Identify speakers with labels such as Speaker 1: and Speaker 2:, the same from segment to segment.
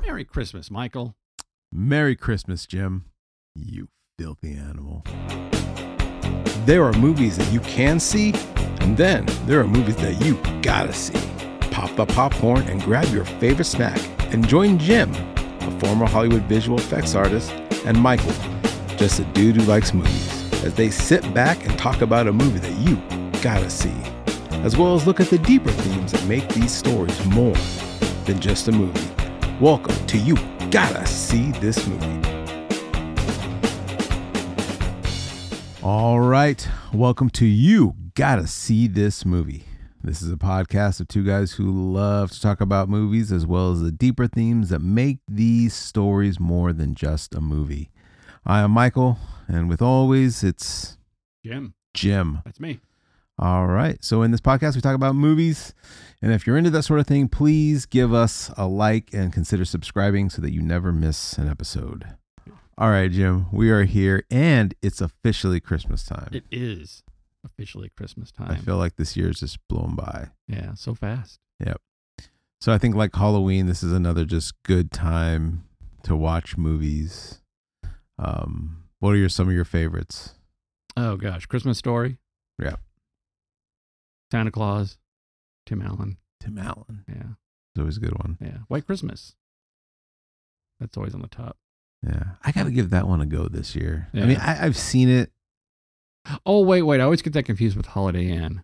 Speaker 1: Merry Christmas, Michael.
Speaker 2: Merry Christmas, Jim. You filthy animal. There are movies that you can see, and then there are movies that you gotta see. Pop the popcorn and grab your favorite snack and join Jim, a former Hollywood visual effects artist, and Michael, just a dude who likes movies, as they sit back and talk about a movie that you gotta see, as well as look at the deeper themes that make these stories more than just a movie. Welcome to You Gotta See This Movie. All right. Welcome to You Gotta See This Movie. This is a podcast of two guys who love to talk about movies as well as the deeper themes that make these stories more than just a movie. I am Michael, and with always, it's
Speaker 1: Jim,
Speaker 2: Jim.
Speaker 1: that's me.
Speaker 2: All right. So in this podcast, we talk about movies. And if you're into that sort of thing, please give us a like and consider subscribing so that you never miss an episode. All right, Jim, we are here and it's officially Christmas time.
Speaker 1: It is officially Christmas time.
Speaker 2: I feel like this year is just blown by.
Speaker 1: yeah, so fast.
Speaker 2: So I think like Halloween, this is another just good time to watch movies. Um, what are your some of your favorites?
Speaker 1: Oh gosh, Christmas Story.
Speaker 2: Yeah.
Speaker 1: Santa Claus, Tim Allen.
Speaker 2: Tim Allen
Speaker 1: Yeah,
Speaker 2: is always a good one.
Speaker 1: yeah. White Christmas. That's always on the top.
Speaker 2: Yeah, I got to give that one a go this year.
Speaker 1: Yeah.
Speaker 2: I mean, I, I've seen it.
Speaker 1: Oh wait, wait. I always get that confused with Holiday Inn.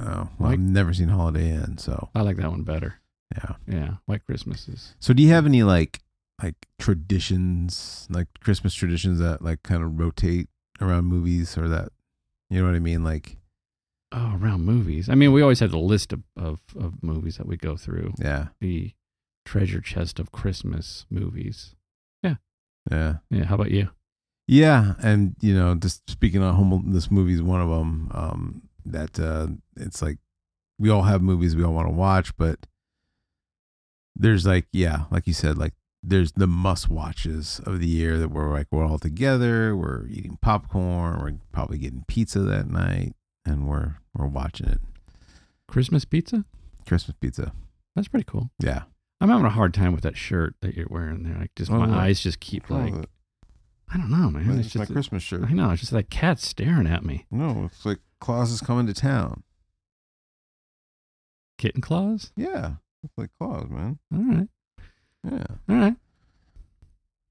Speaker 2: Oh, well,
Speaker 1: Like-
Speaker 2: I've never seen Holiday Inn, so
Speaker 1: I like that one better.
Speaker 2: yeah.
Speaker 1: Yeah, White Christmas is.
Speaker 2: So, do you have any like like traditions, like Christmas traditions that like kind of rotate around movies or that, you know what I mean? Like,
Speaker 1: Oh, around movies. I mean, we always had the list of, of, of movies that we go through.
Speaker 2: yeah,
Speaker 1: The treasure chest of Christmas movies.
Speaker 2: yeah,
Speaker 1: Yeah. How about you?
Speaker 2: yeah. And you know, just speaking on home, this movie is one of them. Um, that uh, it's like we all have movies we all want to watch, but there's like yeah, like you said, like there's the must watches of the year that we're like we're all together, we're eating popcorn, we're probably getting pizza that night, and we're we're watching it.
Speaker 1: Christmas pizza?
Speaker 2: Christmas pizza.
Speaker 1: That's pretty cool.
Speaker 2: Yeah.
Speaker 1: I'm having a hard time with that shirt that you're wearing there. Like, just
Speaker 2: Oh,
Speaker 1: my
Speaker 2: what?
Speaker 1: eyes just keep like, I don't know, man. It's just,
Speaker 2: Christmas shirt.
Speaker 1: I know. It's just that cat staring at me.
Speaker 2: No, it's like Claus is coming to town.
Speaker 1: Kitten claws?
Speaker 2: Yeah. It's like Claus, man.
Speaker 1: All right.
Speaker 2: Yeah.
Speaker 1: All right.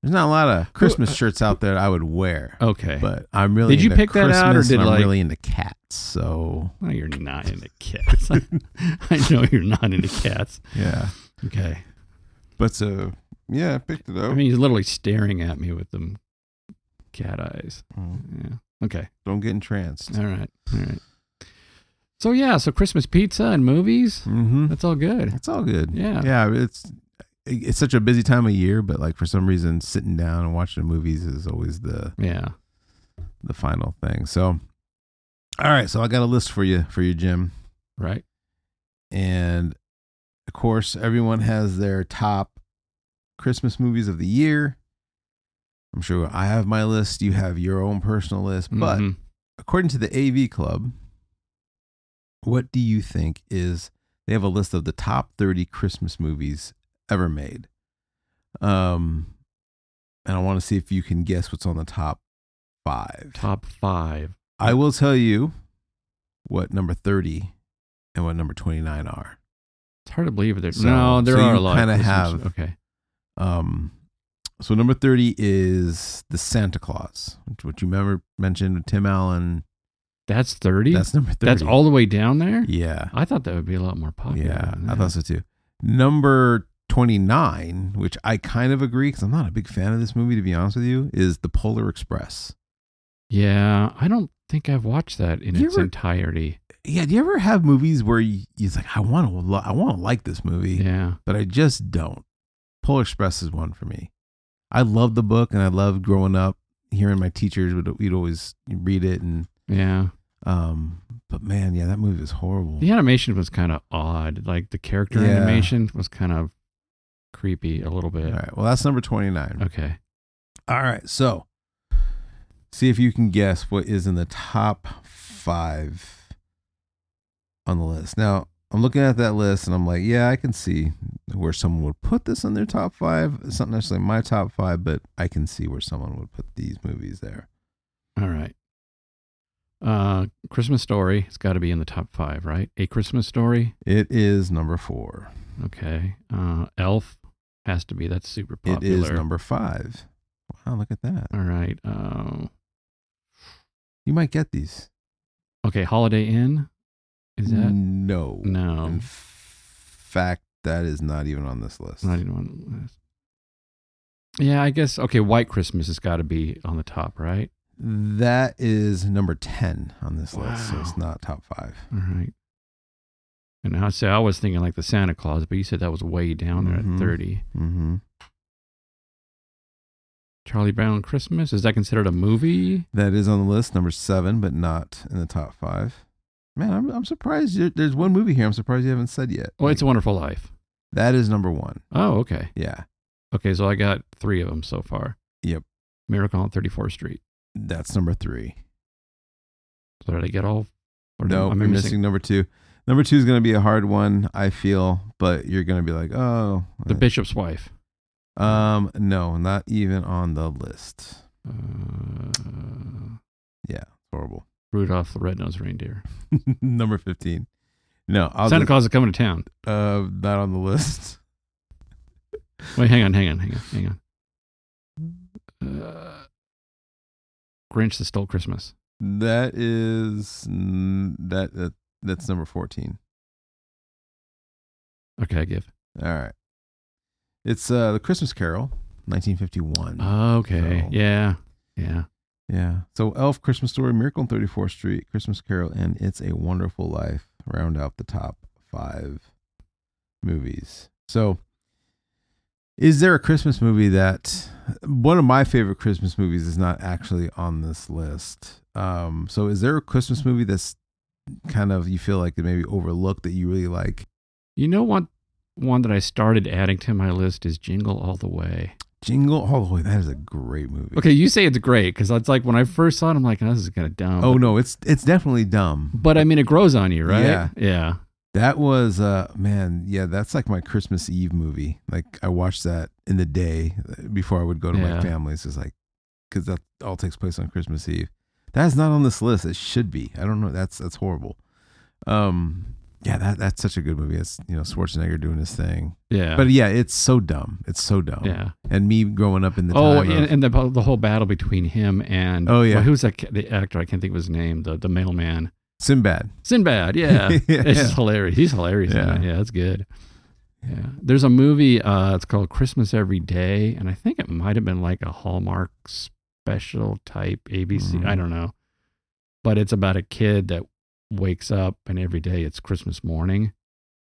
Speaker 2: There's not a lot of Christmas shirts out there that I would wear.
Speaker 1: uh, Okay.
Speaker 2: But I'm really
Speaker 1: Did you
Speaker 2: into
Speaker 1: pick that
Speaker 2: Christmas
Speaker 1: out, or did,
Speaker 2: and I'm
Speaker 1: like-
Speaker 2: really into cats. So
Speaker 1: well, you're not into cats. I know you're not into cats.
Speaker 2: Yeah.
Speaker 1: Okay.
Speaker 2: But so yeah, I picked it up.
Speaker 1: I mean, he's literally staring at me with them cat eyes. Yeah. Okay.
Speaker 2: Mm. Don't get entranced.
Speaker 1: All right. All right. So yeah, so Christmas pizza and movies.
Speaker 2: Mm-hmm.
Speaker 1: That's all good.
Speaker 2: It's all good.
Speaker 1: Yeah.
Speaker 2: Yeah. It's it's such a busy time of year, but like for some reason sitting down and watching movies is always the
Speaker 1: Yeah.
Speaker 2: the final thing. So, all right. So I got a list for you for you, Jim,
Speaker 1: Right.
Speaker 2: and of course, everyone has their top Christmas movies of the year. I'm sure I have my list. You have your own personal list, but
Speaker 1: Mhm.
Speaker 2: according to the AV Club, what do you think is? They have a list of the top 30 Christmas movies ever made. Um, and I want to see if you can guess what's on the top five.
Speaker 1: top five.
Speaker 2: I will tell you what number 30 and what number 29 are.
Speaker 1: It's hard to believe there's
Speaker 2: So-
Speaker 1: no. There
Speaker 2: so
Speaker 1: are a
Speaker 2: you
Speaker 1: lot. of
Speaker 2: kinda
Speaker 1: Christmas-
Speaker 2: have-
Speaker 1: okay.
Speaker 2: Um, so number 30 is The Santa Claus, which, which you remember mentioned with Tim Allen.
Speaker 1: That's thirty.
Speaker 2: That's number 30.
Speaker 1: That's all the way down there.
Speaker 2: Yeah.
Speaker 1: I thought that would be a lot more popular.
Speaker 2: Yeah.
Speaker 1: than
Speaker 2: I
Speaker 1: that.
Speaker 2: thought so too. Number 29, which I kind of agree because I'm not a big fan of this movie, to be honest with you, is The Polar Express.
Speaker 1: Yeah, I don't think I've watched that in
Speaker 2: You
Speaker 1: its
Speaker 2: ever-
Speaker 1: entirety.
Speaker 2: Yeah. Do you ever have movies where you, it's like, I want to, I want to like this movie?
Speaker 1: Yeah.
Speaker 2: but I just don't. Polar Express is one for me. I love the book, and I loved growing up hearing my teachers would we'd always read it, and
Speaker 1: Yeah.
Speaker 2: um, but man, yeah, that movie is horrible.
Speaker 1: The animation was kind of odd. Like the character
Speaker 2: Yeah.
Speaker 1: animation was kind of creepy a little bit.
Speaker 2: All right, well, that's number twenty nine.
Speaker 1: Okay.
Speaker 2: All right, so see if you can guess what is in the top five on the list. Now, I'm looking at that list and I'm like, yeah, I can see where someone would put this in their top five. It's not necessarily my top five, but I can see where someone would put these movies there.
Speaker 1: All right. Uh, Christmas Story. It's got to be in the top five, right? A Christmas Story.
Speaker 2: It is number four.
Speaker 1: Okay. Uh, Elf has to be. That's super
Speaker 2: It is
Speaker 1: popular.
Speaker 2: number five. Wow, look at that.
Speaker 1: All right. Um,
Speaker 2: You might get these.
Speaker 1: okay. Holiday Inn. Is that
Speaker 2: no?
Speaker 1: no?
Speaker 2: In fact, that is not even on this list.
Speaker 1: Not e-, even on the list. Yeah, I guess. Okay, White Christmas has got to be on the top, right?
Speaker 2: That is number 10 on this list, so
Speaker 1: Wow.
Speaker 2: it's not top five.
Speaker 1: All right. And I say I was thinking like the Santa Claus, but you said that was way down there
Speaker 2: Mhm.
Speaker 1: at thirty.
Speaker 2: Mm-hmm.
Speaker 1: Charlie Brown Christmas is that considered a movie?
Speaker 2: That is on the list, number seven, but not in the top five. Man, I'm, I'm surprised. You, there's one movie here I'm surprised you haven't said yet.
Speaker 1: Oh, It's a
Speaker 2: Like,
Speaker 1: Wonderful Life.
Speaker 2: That is number one.
Speaker 1: Oh, okay,
Speaker 2: Yeah,
Speaker 1: okay. So I got three of them so far.
Speaker 2: Yep.
Speaker 1: Miracle on Thirty Fourth Street.
Speaker 2: that's number three.
Speaker 1: So did I get all? Or
Speaker 2: no,
Speaker 1: am I
Speaker 2: I'm missing, number two. Number two is going to be a hard one, I feel, but you're going to be like, oh.
Speaker 1: The
Speaker 2: uh,
Speaker 1: Bishop's Wife.
Speaker 2: Um, no, not even on the list.
Speaker 1: Uh,
Speaker 2: Yeah, horrible.
Speaker 1: Rudolph the Red-Nosed Reindeer.
Speaker 2: number 15. No, I'll
Speaker 1: Santa
Speaker 2: just-
Speaker 1: Claus is coming to town.
Speaker 2: uh, not on the list.
Speaker 1: Wait, hang on, hang on, hang on, hang on. Uh, Grinch that stole Christmas.
Speaker 2: That is n- that, that that's number fourteen.
Speaker 1: Okay, I give.
Speaker 2: All right, it's uh the Christmas Carol, nineteen fifty one.
Speaker 1: Okay,
Speaker 2: So-
Speaker 1: yeah, yeah.
Speaker 2: yeah, so Elf, Christmas Story, Miracle on Thirty Fourth Street, Christmas Carol, and It's a Wonderful Life round out the top five movies. So, is there a Christmas movie that one of my favorite Christmas movies is not actually on this list? Um, so is there a Christmas movie that's kind of you feel like it maybe overlooked that you really like?
Speaker 1: You know what? One that I started adding to my list is Jingle All the Way.
Speaker 2: Jingle All the Way. That is a great movie.
Speaker 1: Okay, you say it's great because it's like when I first saw it, I'm like, oh, this is kind of dumb.
Speaker 2: Oh no, it's it's definitely dumb.
Speaker 1: But I mean, it grows on you, right?
Speaker 2: Yeah.
Speaker 1: Yeah.
Speaker 2: That was uh man, yeah, that's like my Christmas Eve movie. Like I watched that in the day uh, before I would go to my
Speaker 1: Yeah.
Speaker 2: family's. It's like because that all takes place on Christmas Eve. That's not on this list. It should be. I don't know. That's that's horrible. Um, yeah, that that's such a good movie. It's you know Schwarzenegger doing his thing.
Speaker 1: Yeah.
Speaker 2: But yeah, it's so dumb. It's so dumb.
Speaker 1: yeah.
Speaker 2: And me growing up in the
Speaker 1: Oh,
Speaker 2: time
Speaker 1: and,
Speaker 2: of,
Speaker 1: and the the whole battle between him and
Speaker 2: Oh, yeah.
Speaker 1: well, who's that, ca- the actor? I can't think of his name. The the mailman.
Speaker 2: Sinbad.
Speaker 1: Sinbad, yeah.
Speaker 2: Yeah.
Speaker 1: It's just hilarious. He's hilarious. Yeah,
Speaker 2: Yeah.
Speaker 1: yeah that's good. Yeah. There's a movie, uh, it's called Christmas Every Day, and I think it might have been like a Hallmark special type ABC.
Speaker 2: Mhm.
Speaker 1: I don't know. But it's about a kid that wakes up and every day it's Christmas morning.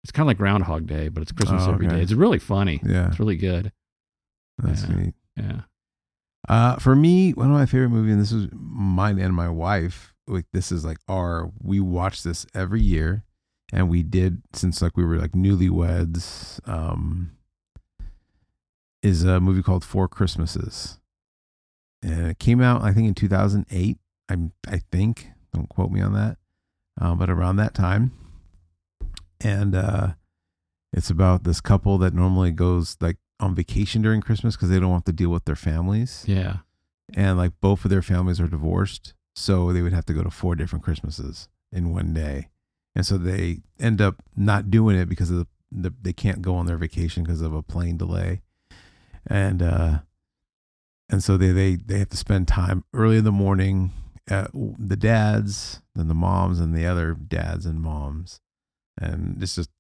Speaker 1: It's kind of like Groundhog Day, but it's Christmas
Speaker 2: Oh,
Speaker 1: every
Speaker 2: okay.
Speaker 1: day. It's really funny.
Speaker 2: Yeah,
Speaker 1: It's really good.
Speaker 2: that's
Speaker 1: Yeah.
Speaker 2: neat.
Speaker 1: Yeah.
Speaker 2: Uh, for me, one of my favorite movies, and this is mine and my wife. Like this is like our we watch this every year, and we did since like we were like newlyweds. Um, is a movie called Four Christmases, and it came out I think in two thousand eight. I'm I think don't quote me on that, um, but around that time, and uh, it's about this couple that normally goes like on vacation during Christmas because they don't have to deal with their families
Speaker 1: Yeah.
Speaker 2: and like both of their families are divorced so they would have to go to four different christmases in one day and so they end up not doing it because of the, the they can't go on their vacation because of a plane delay and uh and so they they they have to spend time early in the morning at the dads then the moms and the other dads and moms and it's just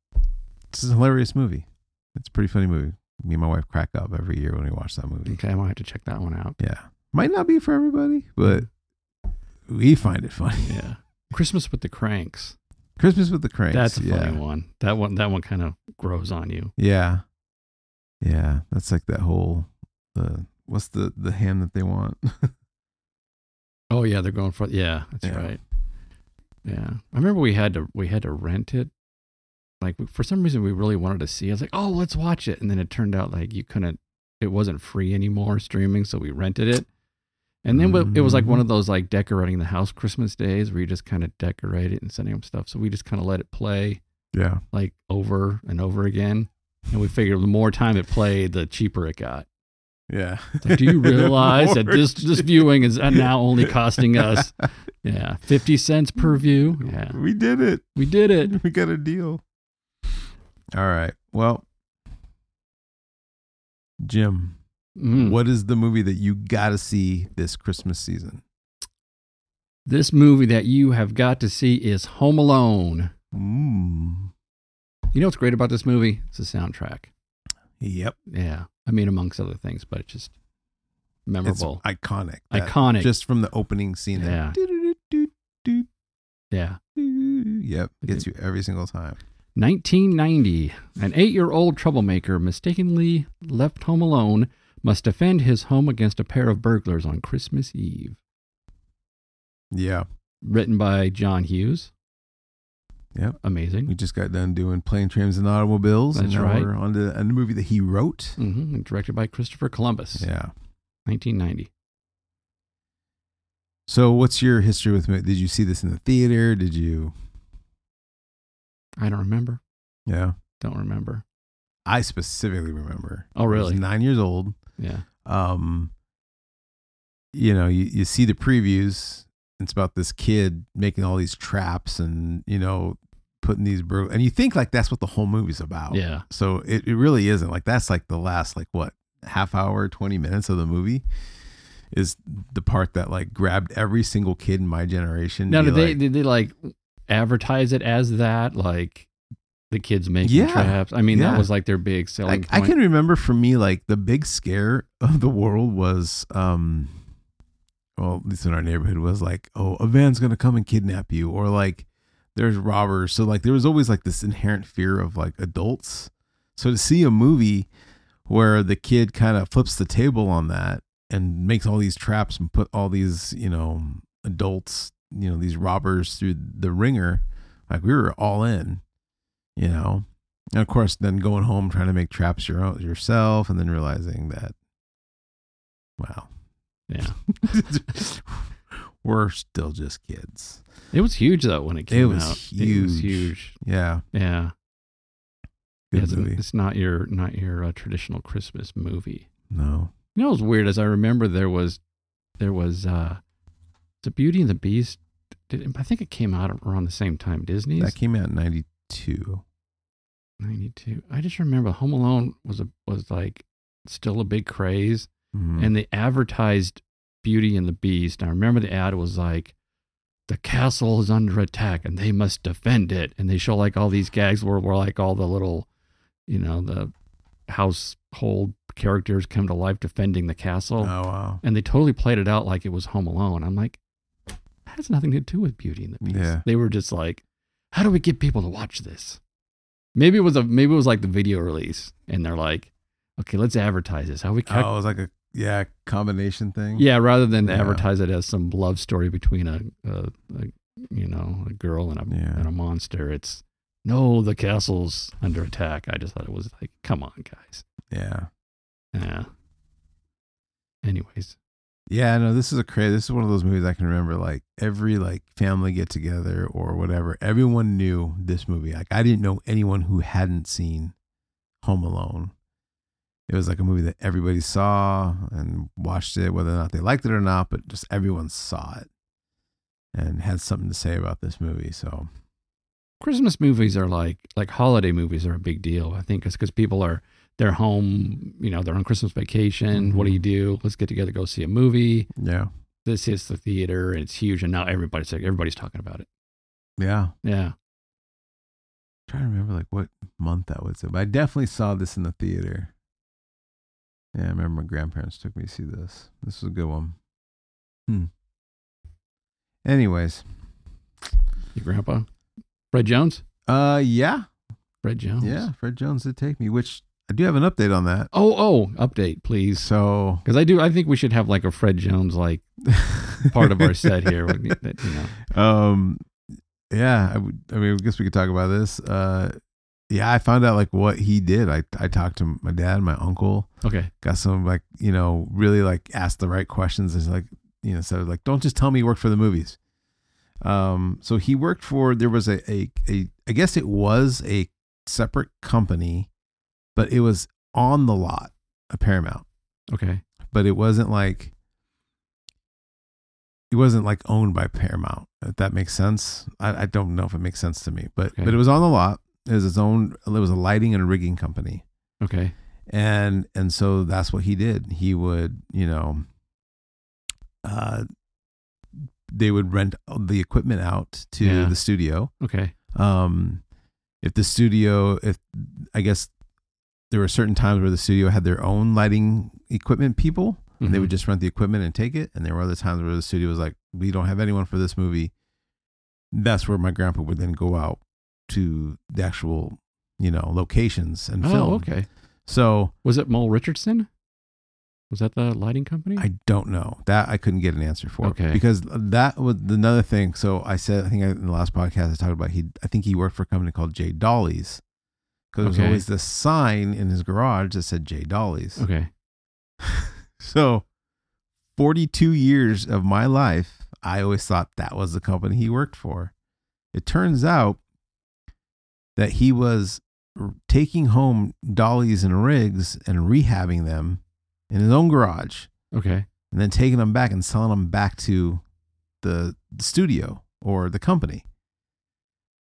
Speaker 2: it's a hilarious movie it's a pretty funny movie me and my wife crack up every year when we watch that movie
Speaker 1: Okay, I might have to check that one out.
Speaker 2: yeah. Might not be for everybody, but we find it funny.
Speaker 1: Yeah. Christmas with the Cranks.
Speaker 2: Christmas with the Cranks.
Speaker 1: That's a
Speaker 2: yeah.
Speaker 1: funny one. That one that one kind of grows on you.
Speaker 2: Yeah. Yeah. That's like that whole the what's the the hand that they want?
Speaker 1: Oh yeah, they're going for yeah. That's
Speaker 2: Yeah.
Speaker 1: right. Yeah, I remember we had to we had to rent it. Like we- for some reason we really wanted to see. it. I was like, oh, let's watch it, and then it turned out like you couldn't. It wasn't free anymore streaming, so we rented it. And then we- it was like one of those like decorating the house Christmas days where you just kind of decorate it and sending them stuff. So we just kind of let it play
Speaker 2: Yeah.
Speaker 1: like over and over again. And we figured the more time it played, the cheaper it got.
Speaker 2: Yeah.
Speaker 1: It's like, do you realize that
Speaker 2: More
Speaker 1: this this viewing is now only costing us yeah fifty cents per view? Yeah,
Speaker 2: We did it.
Speaker 1: we did it.
Speaker 2: We got a deal. All right. Well, Jim,
Speaker 1: Mm.
Speaker 2: what is the movie that you got to see this Christmas season?
Speaker 1: This movie that you have got to see is Home Alone.
Speaker 2: Mm.
Speaker 1: You know what's great about this movie? It's the soundtrack.
Speaker 2: Yep.
Speaker 1: Yeah, I mean amongst other things, but it's just
Speaker 2: It's
Speaker 1: memorable,
Speaker 2: iconic. That-
Speaker 1: iconic.
Speaker 2: Just from the opening scene.
Speaker 1: Yeah.
Speaker 2: That, do-do-do-do-do-do.
Speaker 1: yeah,
Speaker 2: Yep. Gets you every single time.
Speaker 1: 1990, an eight year old troublemaker mistakenly left home alone must defend his home against a pair of burglars on Christmas Eve.
Speaker 2: Yeah.
Speaker 1: Written by John Hughes.
Speaker 2: Yep. We
Speaker 1: Amazing.
Speaker 2: just got done doing plane, trams, and automobiles. and
Speaker 1: That's
Speaker 2: now
Speaker 1: right.
Speaker 2: We're on to a movie that he wrote.
Speaker 1: hmm Directed by Christopher Columbus,
Speaker 2: Yeah.
Speaker 1: 1990.
Speaker 2: So, what's your history with mo- Did you see this in the theater? Did you?
Speaker 1: I don't remember.
Speaker 2: Yeah,
Speaker 1: Don't remember.
Speaker 2: I specifically remember.
Speaker 1: Oh,
Speaker 2: I
Speaker 1: really?
Speaker 2: was nine years old.
Speaker 1: Yeah.
Speaker 2: Um, you know, you, you see the previews. It's about this kid making all these traps and you know putting these bur- and you think like that's what the whole movie's about.
Speaker 1: Yeah.
Speaker 2: So it, it really isn't like that's like the last like what half hour twenty minutes of the movie is the part that like grabbed every single kid in my generation. to
Speaker 1: Now,
Speaker 2: be
Speaker 1: did they,
Speaker 2: like,
Speaker 1: did they like advertise it as that? Like the kids making
Speaker 2: Yeah.
Speaker 1: traps? I mean,
Speaker 2: Yeah.
Speaker 1: that was like their big selling
Speaker 2: like I
Speaker 1: point.
Speaker 2: can remember for me, like the big scare of the world was, um, well, at least in our neighborhood was like, oh, a van's gonna come and kidnap you, or like there's robbers. So like there was always like this inherent fear of like adults. So to see a movie where the kid kind of flips the table on that and makes all these traps and put all these you know adults, you know these robbers through the ringer, like we were all in, you know. And of course, then going home trying to make traps your own, yourself, and then realizing that, wow,
Speaker 1: yeah.
Speaker 2: we're still just kids.
Speaker 1: It was huge, though, when it came
Speaker 2: was
Speaker 1: out. It was
Speaker 2: huge.
Speaker 1: huge.
Speaker 2: Yeah,
Speaker 1: Yeah. Yeah,
Speaker 2: good
Speaker 1: it's,
Speaker 2: movie.
Speaker 1: it's not your not your uh, traditional Christmas movie.
Speaker 2: No,
Speaker 1: You know, what's weird as I remember there was there was uh the Beauty and the Beast. Did, I think it came out around the same time Disney's
Speaker 2: that came out in '92.
Speaker 1: ninety two. I just remember Home Alone was a was like still a big craze,
Speaker 2: Hmm. Mm-hmm.
Speaker 1: and they advertised Beauty and the Beast. I remember the ad was like. The castle is under attack, and they must defend it. And they show like all these gags where, where like all the little you know, the household characters come to life defending the
Speaker 2: oh
Speaker 1: castle.
Speaker 2: wow,
Speaker 1: And they totally played it out like it was Home Alone. I'm like, that has nothing to do with Beauty and the Beast.
Speaker 2: Yeah.
Speaker 1: They were just like, how do we get people to watch this? Maybe it was a maybe it was like the video release, and they're like, okay, let's advertise this. How we
Speaker 2: oh, it
Speaker 1: ca-
Speaker 2: was like a yeah combination thing.
Speaker 1: yeah, rather than
Speaker 2: Oh. Yeah.
Speaker 1: advertise it as some love story between a, a, a you know a girl and a
Speaker 2: Yeah.
Speaker 1: and a monster. It's no, the castle's under attack. I just thought it was like, come on, guys.
Speaker 2: yeah,
Speaker 1: Yeah. Anyways,
Speaker 2: yeah. No, this is a crazy. This is one of those movies I can remember. Like every like family get together or whatever, everyone knew this movie. Like I didn't know anyone who hadn't seen Home Alone. It was like a movie that everybody saw and watched it, whether or not they liked it or not, but just everyone saw it and had something to say about this movie. So,
Speaker 1: Christmas movies are like like holiday movies are a big deal. I think it's because people are they're home, you know, they're on Christmas vacation. What do
Speaker 2: Mhm.
Speaker 1: you do? Let's get together, go see a movie.
Speaker 2: yeah.
Speaker 1: This hits the theater, and it's huge, and now everybody's like everybody's talking about it.
Speaker 2: Yeah.
Speaker 1: Yeah,
Speaker 2: trying to remember like what month that was in, but I definitely saw this in the theater. Yeah, I remember my grandparents took me to see this. This was a good one. Hmm. Anyways,
Speaker 1: your grandpa, Fred Jones,
Speaker 2: uh, yeah,
Speaker 1: Fred Jones.
Speaker 2: yeah, Fred Jones did take me, which I do have an update on that.
Speaker 1: Oh, oh, update, please,
Speaker 2: So
Speaker 1: because I do. I think we should have like a Fred Jones like part of our set here. would be that, you know.
Speaker 2: um yeah I, would, I mean i guess we could talk about this uh yeah i found out like what he did i i talked to my dad and my uncle
Speaker 1: Okay.
Speaker 2: got some like you know really like asked the right questions is like you know so like don't just tell me you work for the movies Um, so he worked for there was a, a a I guess it was a separate company, but it was on the lot of Paramount,
Speaker 1: Okay.
Speaker 2: but it wasn't like it wasn't like owned by Paramount. If that makes sense, I, I don't know if it makes sense to me, but
Speaker 1: Okay.
Speaker 2: but it was on the lot. It was its own. It was a lighting and rigging company
Speaker 1: Okay.
Speaker 2: and and so that's what he did he would you know uh they would rent the equipment out to
Speaker 1: Yeah.
Speaker 2: the studio
Speaker 1: Okay.
Speaker 2: um if the studio if i guess there were certain times where the studio had their own lighting equipment people and they
Speaker 1: Mhm.
Speaker 2: would just rent the equipment and take it and there were other times where the studio was like we don't have anyone for this movie that's where my grandpa would then go out to the actual you know locations and film
Speaker 1: Oh, okay.
Speaker 2: so
Speaker 1: Was it Mole Richardson? Was that the lighting company?
Speaker 2: I don't know that I couldn't get an answer for.
Speaker 1: Okay.
Speaker 2: Because that was another thing. So I said, I think I, in the last podcast I talked about he. I think he worked for a company called J Dolly's. Because there was
Speaker 1: Okay.
Speaker 2: always this sign in his garage that said J Dolly's.
Speaker 1: okay.
Speaker 2: So, forty-two years of my life, I always thought that was the company he worked for. It turns out that he was r- taking home dollies and rigs and rehabbing them in his own garage
Speaker 1: Okay.
Speaker 2: and then taking them back and selling them back to the studio or the company.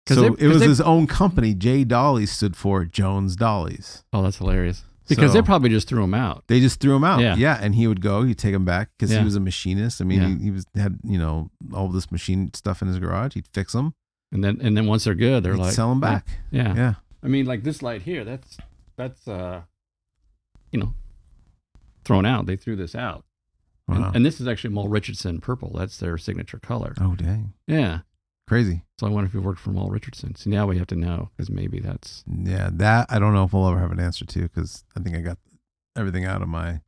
Speaker 1: 'Cause
Speaker 2: So
Speaker 1: they-
Speaker 2: it
Speaker 1: 'cause
Speaker 2: was
Speaker 1: they-
Speaker 2: his own company. J Dolly stood for Jones Dollies.
Speaker 1: Oh, that's hilarious. Because
Speaker 2: So-
Speaker 1: they probably just threw him out.
Speaker 2: They just threw him out.
Speaker 1: Yeah.
Speaker 2: and he would go. He'd take them back because
Speaker 1: Yeah.
Speaker 2: he was a machinist. I mean,
Speaker 1: Yeah.
Speaker 2: he, he was had you know all this machine stuff in his garage. He'd fix them.
Speaker 1: And then and then once they're good, they're
Speaker 2: he'd
Speaker 1: like
Speaker 2: sell them
Speaker 1: yeah,
Speaker 2: back.
Speaker 1: Yeah.
Speaker 2: yeah.
Speaker 1: I mean, like this light here, that's that's uh you know thrown out. They threw this out. And-
Speaker 2: Wow.
Speaker 1: And, this is actually Mole Richardson purple. That's their signature color.
Speaker 2: oh dang,
Speaker 1: Yeah.
Speaker 2: crazy.
Speaker 1: So I wonder if he worked for Mole Richardson. So now we have to know because maybe that's
Speaker 2: Yeah, that I don't know if we'll ever have an answer to because I think I got everything out of my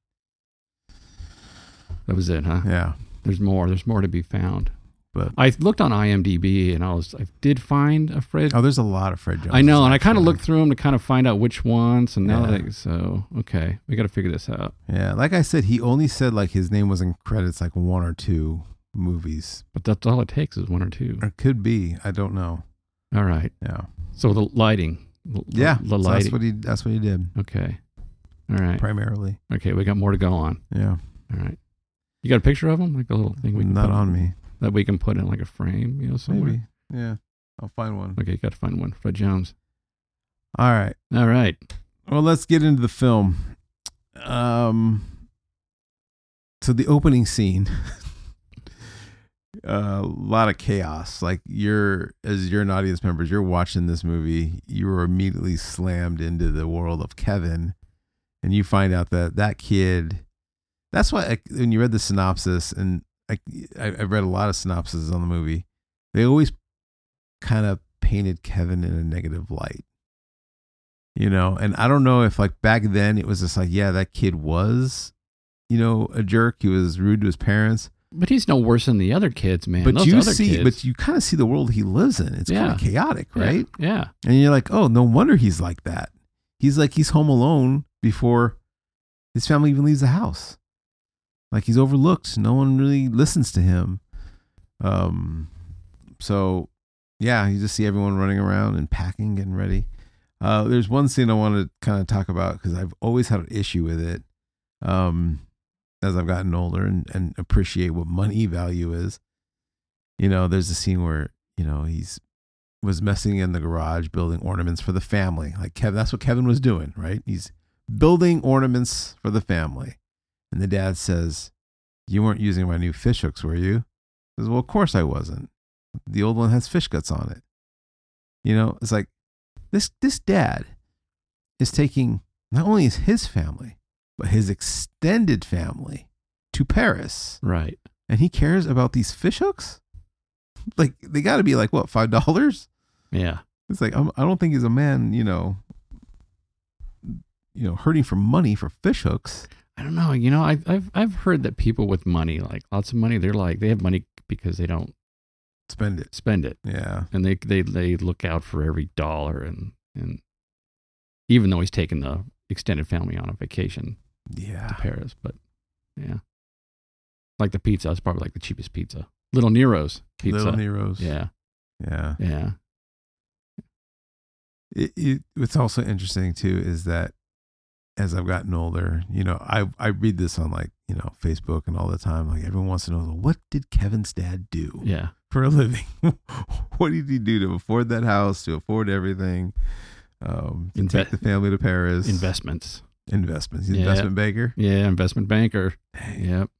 Speaker 1: that was it, huh?
Speaker 2: yeah.
Speaker 1: There's more. There's more to be found.
Speaker 2: But
Speaker 1: I looked on IMDb and I was I did find a Fred.
Speaker 2: oh, there's a lot of Fred Jones.
Speaker 1: I know, and I kind of looked through them to kind of find out which ones. And now
Speaker 2: Yeah.
Speaker 1: that I, so okay, we got to figure this out.
Speaker 2: Yeah, like I said, he only said like his name was in credits, like one or two movies,
Speaker 1: But that's all it takes is one or two.
Speaker 2: or could be. I don't know.
Speaker 1: All right.
Speaker 2: Yeah,
Speaker 1: So the lighting. L-
Speaker 2: yeah.
Speaker 1: The
Speaker 2: so that's
Speaker 1: lighting.
Speaker 2: what he. That's what he did
Speaker 1: okay. All right.
Speaker 2: primarily.
Speaker 1: Okay, we got more to go on.
Speaker 2: Yeah,
Speaker 1: All right. You got a picture of him, like a little thing we can
Speaker 2: not
Speaker 1: put-
Speaker 2: on me.
Speaker 1: that we can put in like a frame, you know, somewhere.
Speaker 2: Maybe. Yeah, I'll find one.
Speaker 1: Okay, you got to find one. Fred Jones.
Speaker 2: All right.
Speaker 1: All right.
Speaker 2: Well, let's get into the film. Um, so the opening scene, a lot of chaos. Like you're, as you're an audience members, you're watching this movie. You were immediately slammed into the world of Kevin, and you find out that that kid. That's why like, when you read the synopsis, and like I, I've read a lot of synopses on the movie, they always kind of painted Kevin in a negative light you know and i don't know if like back then it was just like yeah that kid was you know a jerk he was rude to his parents
Speaker 1: But he's no worse than the other kids, man.
Speaker 2: but
Speaker 1: Those
Speaker 2: you
Speaker 1: other
Speaker 2: see
Speaker 1: kids-
Speaker 2: but you kind of see the world he lives in it's kind
Speaker 1: Yeah.
Speaker 2: of chaotic
Speaker 1: Yeah,
Speaker 2: right
Speaker 1: Yeah.
Speaker 2: and you're like oh no wonder he's like that he's like he's home alone before his family even leaves the house like he's overlooked no one really listens to him um so yeah you just see everyone running around and packing getting ready uh there's one scene i want to kind of talk about because i've always had an issue with it um as i've gotten older and, and appreciate what money value is you know there's a scene where you know he's was messing in the garage building ornaments for the family like kevin that's what kevin was doing right he's building ornaments for the family and the dad says you weren't using my new fish hooks were you he says well of course i wasn't the old one has fish guts on it you know it's like this this dad is taking not only is his family but his extended family to paris
Speaker 1: Right.
Speaker 2: and he cares about these fish hooks like they got to be like what five dollars
Speaker 1: Yeah.
Speaker 2: it's like I'm, i don't think he's a man you know you know hurting for money for fish hooks
Speaker 1: I don't know. You know, I, I've I've heard that people with money, like lots of money, they're like they have money because they don't
Speaker 2: spend it
Speaker 1: spend it,
Speaker 2: yeah
Speaker 1: and they they they look out for every dollar, and and even though he's taking the extended family on a vacation to
Speaker 2: yeah
Speaker 1: Paris, but yeah, like the pizza, it's probably like the cheapest pizza. Little Nero's pizza.
Speaker 2: Little Nero's.
Speaker 1: yeah,
Speaker 2: Yeah.
Speaker 1: yeah.
Speaker 2: It, it, what's also interesting too is that as I've gotten older, you know, I I read this on like you know Facebook and all the time. Like everyone wants to know what did Kevin's dad do
Speaker 1: Yeah.
Speaker 2: for a living? what did he do to afford that house? To afford everything? Um, to
Speaker 1: Inve-
Speaker 2: take the family to Paris.
Speaker 1: Investments.
Speaker 2: Investments. He's an
Speaker 1: Yeah.
Speaker 2: Investment banker.
Speaker 1: Yeah. Investment banker.
Speaker 2: Dang.
Speaker 1: Yep.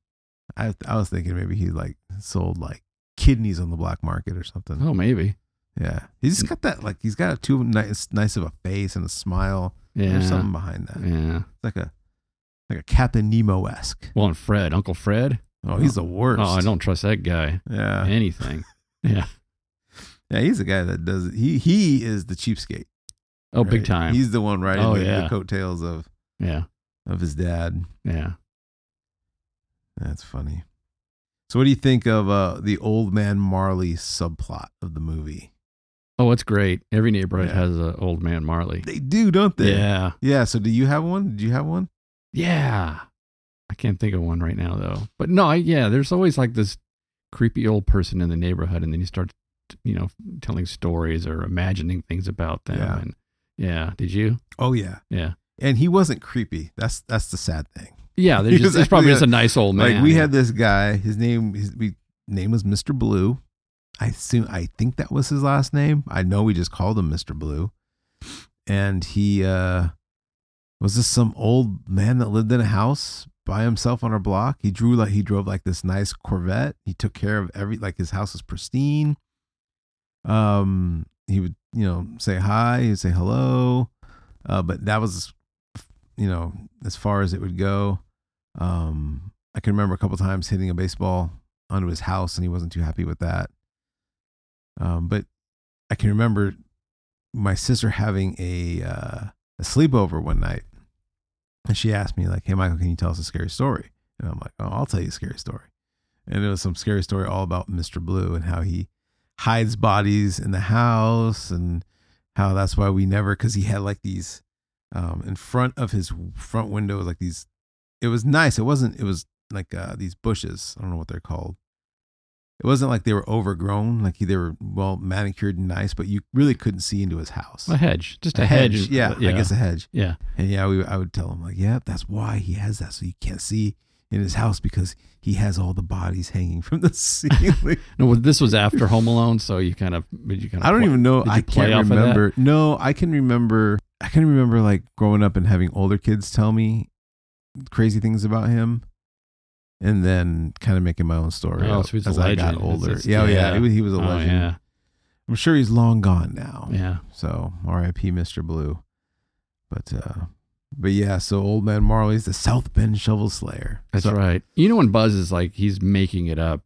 Speaker 2: I I was thinking maybe he like sold like kidneys on the black market or something.
Speaker 1: Oh, maybe.
Speaker 2: Yeah, he's got that like he's got a too nice nice of a face and a smile.
Speaker 1: Yeah.
Speaker 2: There's something behind that.
Speaker 1: Yeah.
Speaker 2: It's like a like a Captain Nemo esque.
Speaker 1: Well, and Fred, Uncle Fred.
Speaker 2: Oh, he's the worst.
Speaker 1: Oh, I don't trust that guy.
Speaker 2: Yeah,
Speaker 1: Anything. yeah.
Speaker 2: yeah, he's the guy that does. He he is the cheapskate.
Speaker 1: Oh, big
Speaker 2: right?
Speaker 1: time.
Speaker 2: He's the one riding
Speaker 1: Oh,
Speaker 2: the, the
Speaker 1: yeah.
Speaker 2: coattails of
Speaker 1: yeah.
Speaker 2: of his dad.
Speaker 1: Yeah.
Speaker 2: That's funny. So, what do you think of uh, the old man Marley subplot of the movie?
Speaker 1: Oh, it's great. Every neighborhood
Speaker 2: Yeah.
Speaker 1: has an old man Marley.
Speaker 2: They do, don't they?
Speaker 1: Yeah.
Speaker 2: Yeah. So, do you have one? Did you have one?
Speaker 1: Yeah. I can't think of one right now though. But no, I, yeah, there's always like this creepy old person in the neighborhood and then you start you know telling stories or imagining things about them
Speaker 2: Yeah.
Speaker 1: and yeah, did you?
Speaker 2: Oh yeah.
Speaker 1: Yeah.
Speaker 2: And he wasn't creepy. That's that's the sad thing.
Speaker 1: Yeah, there's
Speaker 2: He
Speaker 1: just
Speaker 2: was
Speaker 1: it's probably
Speaker 2: actually
Speaker 1: just a nice old man.
Speaker 2: Like we
Speaker 1: yeah.
Speaker 2: had this guy. His name his we, name was Mr. Blue. I assume I think that was his last name. I know we just called him Mr. Blue. And he uh was this some old man that lived in a house by himself on our block. He drew like he drove like this nice Corvette. He took care of every like his house was pristine. Um he would, you know, say hi, he'd say hello. Uh but that was you know, as far as it would go. Um, I can remember a couple times hitting a baseball onto his house, and he wasn't too happy with that. Um, but I can remember my sister having a uh, a sleepover one night, and she asked me like, "Hey, Michael, can you tell us a scary story?" And I'm like, "Oh, I'll tell you a scary story." And it was some scary story all about Mr. Blue and how he hides bodies in the house and how that's why we never because he had like these um, in front of his front window like these it was nice. It wasn't. It was like uh, these bushes. I don't know what they're called. It wasn't like they were overgrown. Like they were well manicured and nice, but you really couldn't see into his house.
Speaker 1: a hedge, just a, hedge. and-
Speaker 2: Yeah,
Speaker 1: yeah,
Speaker 2: I guess a hedge.
Speaker 1: yeah,
Speaker 2: And yeah, we, I would tell him like, yeah, that's why he has that, so you can't see in his house because he has all the bodies hanging from the ceiling.
Speaker 1: No, well, this was after Home Alone, so you kind of did you kind of
Speaker 2: I don't
Speaker 1: pl-
Speaker 2: even know.
Speaker 1: Did you
Speaker 2: I
Speaker 1: play
Speaker 2: can't
Speaker 1: off of that?
Speaker 2: remember. No, I can remember. I can remember like growing up and having older kids tell me crazy things about him, and then kind of making my own story
Speaker 1: Oh,
Speaker 2: up
Speaker 1: so he's a
Speaker 2: as I got
Speaker 1: legend. It's-
Speaker 2: older.
Speaker 1: it's-
Speaker 2: yeah, oh, yeah,
Speaker 1: yeah.
Speaker 2: He was, he was a
Speaker 1: Oh,
Speaker 2: legend.
Speaker 1: yeah,
Speaker 2: I'm sure he's long gone now.
Speaker 1: yeah,
Speaker 2: So R.I.P. Mr. Blue. But uh, but yeah. So old man Marley's the South Bend Shovel Slayer.
Speaker 1: that's
Speaker 2: So-
Speaker 1: right. You know when Buzz is like he's making it up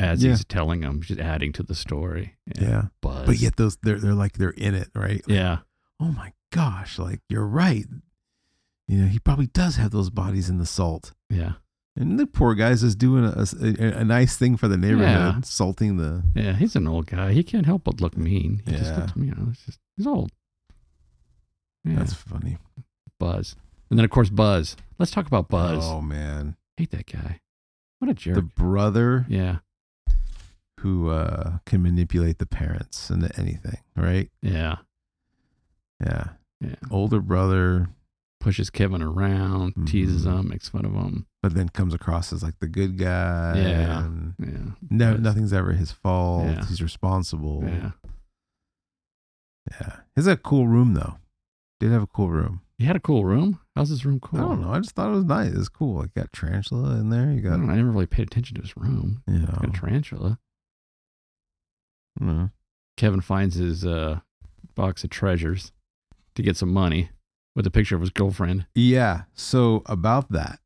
Speaker 1: as
Speaker 2: Yeah.
Speaker 1: he's telling them, just adding to the story.
Speaker 2: Yeah.
Speaker 1: Buzz.
Speaker 2: But yet those they're they're like they're in it, right?
Speaker 1: yeah,
Speaker 2: oh my gosh, like you're right. You know, he probably does have those bodies in the salt.
Speaker 1: yeah,
Speaker 2: And the poor guy's just doing a, a, a nice thing for the neighborhood,
Speaker 1: Yeah.
Speaker 2: salting the.
Speaker 1: yeah. He's an old guy. He can't help but look mean. He just
Speaker 2: Yeah.
Speaker 1: looks, you know, it's just he's old. Yeah,
Speaker 2: That's funny.
Speaker 1: Buzz. And then of course Buzz. Let's talk about Buzz.
Speaker 2: Oh man,
Speaker 1: Hate that guy. What a jerk.
Speaker 2: the brother
Speaker 1: yeah,
Speaker 2: who uh, can manipulate the parents into anything, right?
Speaker 1: yeah,
Speaker 2: Yeah,
Speaker 1: yeah.
Speaker 2: older brother,
Speaker 1: Pushes Kevin around, teases
Speaker 2: Mhm.
Speaker 1: him, makes fun of him.
Speaker 2: but then comes across as like the good guy.
Speaker 1: Yeah.
Speaker 2: and
Speaker 1: Yeah,
Speaker 2: no,
Speaker 1: Yes.
Speaker 2: nothing's ever his fault.
Speaker 1: Yeah.
Speaker 2: He's responsible.
Speaker 1: yeah.
Speaker 2: yeah. He's a cool room though. Did have a cool room.
Speaker 1: He had a cool room. How's his room cool?
Speaker 2: I don't know. I just thought it was nice. It's cool. Like, you got tarantula in there. You
Speaker 1: I,
Speaker 2: got,
Speaker 1: don't know. I never really paid attention to his room.
Speaker 2: you
Speaker 1: Mm-hmm. Got a
Speaker 2: know,
Speaker 1: tarantula.
Speaker 2: you know.
Speaker 1: Kevin finds his uh, box of treasures to get some money with a picture of his girlfriend.
Speaker 2: Yeah. So about that,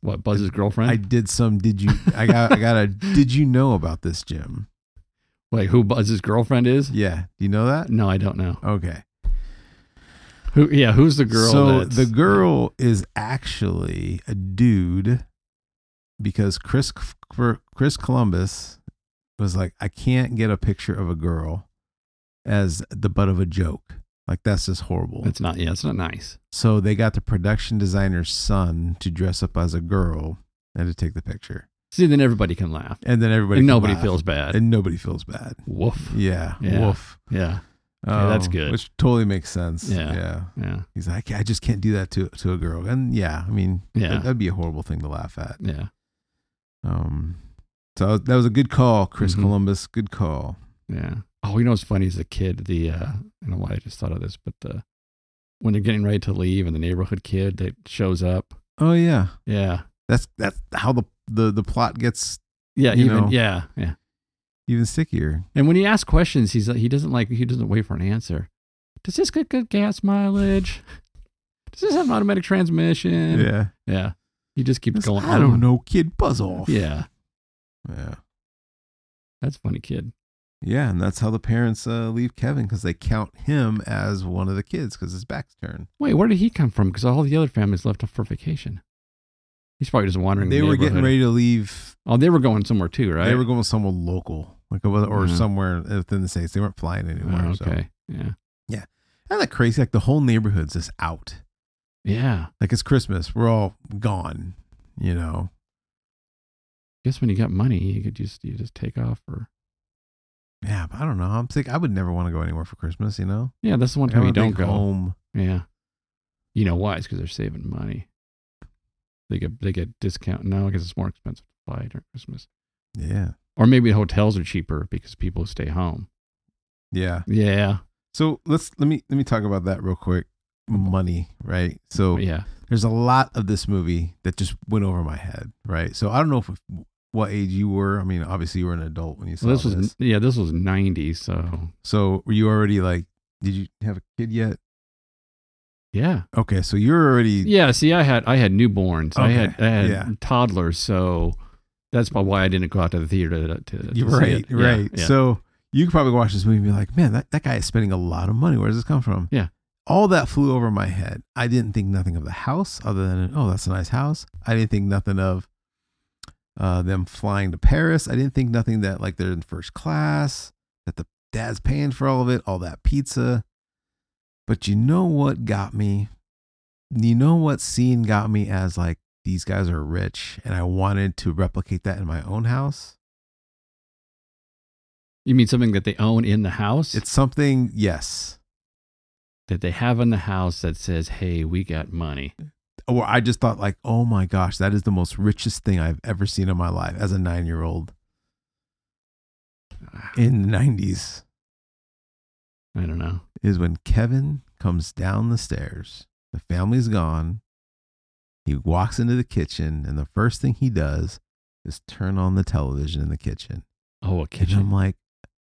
Speaker 1: What Buzz's
Speaker 2: I
Speaker 1: girlfriend?
Speaker 2: did some. Did you? I got. I got a. Did you know about this, Jim?
Speaker 1: like who Buzz's girlfriend is?
Speaker 2: Yeah. Do you know that?
Speaker 1: No, I don't know.
Speaker 2: Okay.
Speaker 1: Who? Yeah, who's the girl?
Speaker 2: So
Speaker 1: that's-
Speaker 2: the girl is actually a dude, because Chris Chris Columbus was like, I can't get a picture of a girl as the butt of a joke. Like that's just horrible.
Speaker 1: It's not. Yeah, it's not nice.
Speaker 2: So they got the production designer's son to dress up as a girl and to take the picture.
Speaker 1: See, then everybody can laugh,
Speaker 2: and then everybody
Speaker 1: and
Speaker 2: can
Speaker 1: nobody
Speaker 2: laugh.
Speaker 1: feels bad.
Speaker 2: and nobody feels bad.
Speaker 1: Woof.
Speaker 2: Yeah,
Speaker 1: Yeah.
Speaker 2: woof.
Speaker 1: Yeah, Okay, that's
Speaker 2: Um,
Speaker 1: good.
Speaker 2: Which totally makes sense.
Speaker 1: Yeah.
Speaker 2: yeah.
Speaker 1: yeah,
Speaker 2: He's like, I, can't- I just can't do that to to a girl. And yeah, I mean,
Speaker 1: Yeah.
Speaker 2: that, would be a horrible thing to laugh at.
Speaker 1: yeah.
Speaker 2: Um, so that was a good call, Chris
Speaker 1: Mhm.
Speaker 2: Columbus. Good call.
Speaker 1: Yeah. Oh, you know what's funny as a kid, the uh I don't know why I just thought of this, but the when they're getting ready to leave and the neighborhood kid that shows up.
Speaker 2: Oh yeah,
Speaker 1: Yeah.
Speaker 2: that's that's how the the the plot gets
Speaker 1: Yeah,
Speaker 2: You
Speaker 1: even
Speaker 2: know.
Speaker 1: yeah, yeah.
Speaker 2: even stickier.
Speaker 1: And when he asks questions, he's he doesn't like he doesn't wait for an answer. Does this get good gas mileage? Does this have an automatic transmission?
Speaker 2: Yeah,
Speaker 1: Yeah. He just keeps
Speaker 2: It's,
Speaker 1: going.
Speaker 2: I don't
Speaker 1: on.
Speaker 2: know, kid. Buzz off.
Speaker 1: Yeah.
Speaker 2: yeah,
Speaker 1: That's a funny kid.
Speaker 2: yeah. And that's how the parents uh, leave Kevin because they count him as one of the kids because his back's turned.
Speaker 1: Wait, where did he come from? Because all the other families left off for vacation. He's probably just wandering.
Speaker 2: They
Speaker 1: the
Speaker 2: were getting
Speaker 1: neighborhood.
Speaker 2: ready to leave
Speaker 1: Oh, they were going somewhere too, right?
Speaker 2: They were going somewhere local, like or or
Speaker 1: Yeah.
Speaker 2: somewhere within the states. They weren't flying anywhere.
Speaker 1: Oh,
Speaker 2: So.
Speaker 1: okay. Yeah.
Speaker 2: Isn't that crazy? Like the whole neighborhood's just out.
Speaker 1: Yeah.
Speaker 2: Like it's Christmas. We're all gone. You know.
Speaker 1: guess when you got money, you could just you just take off or
Speaker 2: Yeah, but I don't know. I'm sick. I would never want to go anywhere for Christmas. You know.
Speaker 1: yeah, that's the one
Speaker 2: Like, I
Speaker 1: time you
Speaker 2: wanna
Speaker 1: don't go.
Speaker 2: be home.
Speaker 1: Yeah, you know why? It's because they're saving money. They get they get discount now because it's more expensive to fly during Christmas,
Speaker 2: Yeah.
Speaker 1: or maybe hotels are cheaper because people stay home.
Speaker 2: Yeah.
Speaker 1: Yeah,
Speaker 2: So let's let me let me talk about that real quick. Money, right? So
Speaker 1: yeah,
Speaker 2: there's a lot of this movie that just went over my head, right? So I don't know if what age you were. I mean, obviously you were an adult when you saw
Speaker 1: Well, this
Speaker 2: this.
Speaker 1: was yeah this was ninety, so
Speaker 2: So were you already like, did you have a kid yet?
Speaker 1: yeah,
Speaker 2: Okay, so you're already
Speaker 1: yeah. See, I had I had newborns, I had
Speaker 2: Okay,
Speaker 1: I had
Speaker 2: yeah.
Speaker 1: toddlers, so that's probably why I didn't go out to the theater to, to, to
Speaker 2: you're
Speaker 1: see
Speaker 2: right,
Speaker 1: it. Yeah,
Speaker 2: right.
Speaker 1: yeah.
Speaker 2: So you could probably watch this movie and be like, man, that, that guy is spending a lot of money. Where does this come from?
Speaker 1: Yeah.
Speaker 2: All that flew over my head. I didn't think nothing of the house other than, oh, that's a nice house. I didn't think nothing of uh, them flying to Paris. I didn't think nothing that like they're in first class, that the dad's paying for all of it, all that pizza. But you know what got me? You know what scene got me as like these guys are rich and I wanted to replicate that in my own house?
Speaker 1: you mean something that they own in the house?
Speaker 2: It's something, yes.
Speaker 1: that they have in the house that says, "Hey, we got money."
Speaker 2: Or I just thought like, oh my gosh, that is the most richest thing I've ever seen in my life as a nine year old in the nineties
Speaker 1: I don't know.
Speaker 2: is when Kevin comes down the stairs. The family's gone. He walks into the kitchen and the first thing he does is turn on the television in the kitchen.
Speaker 1: Oh, a
Speaker 2: And I'm
Speaker 1: kitchen.
Speaker 2: like,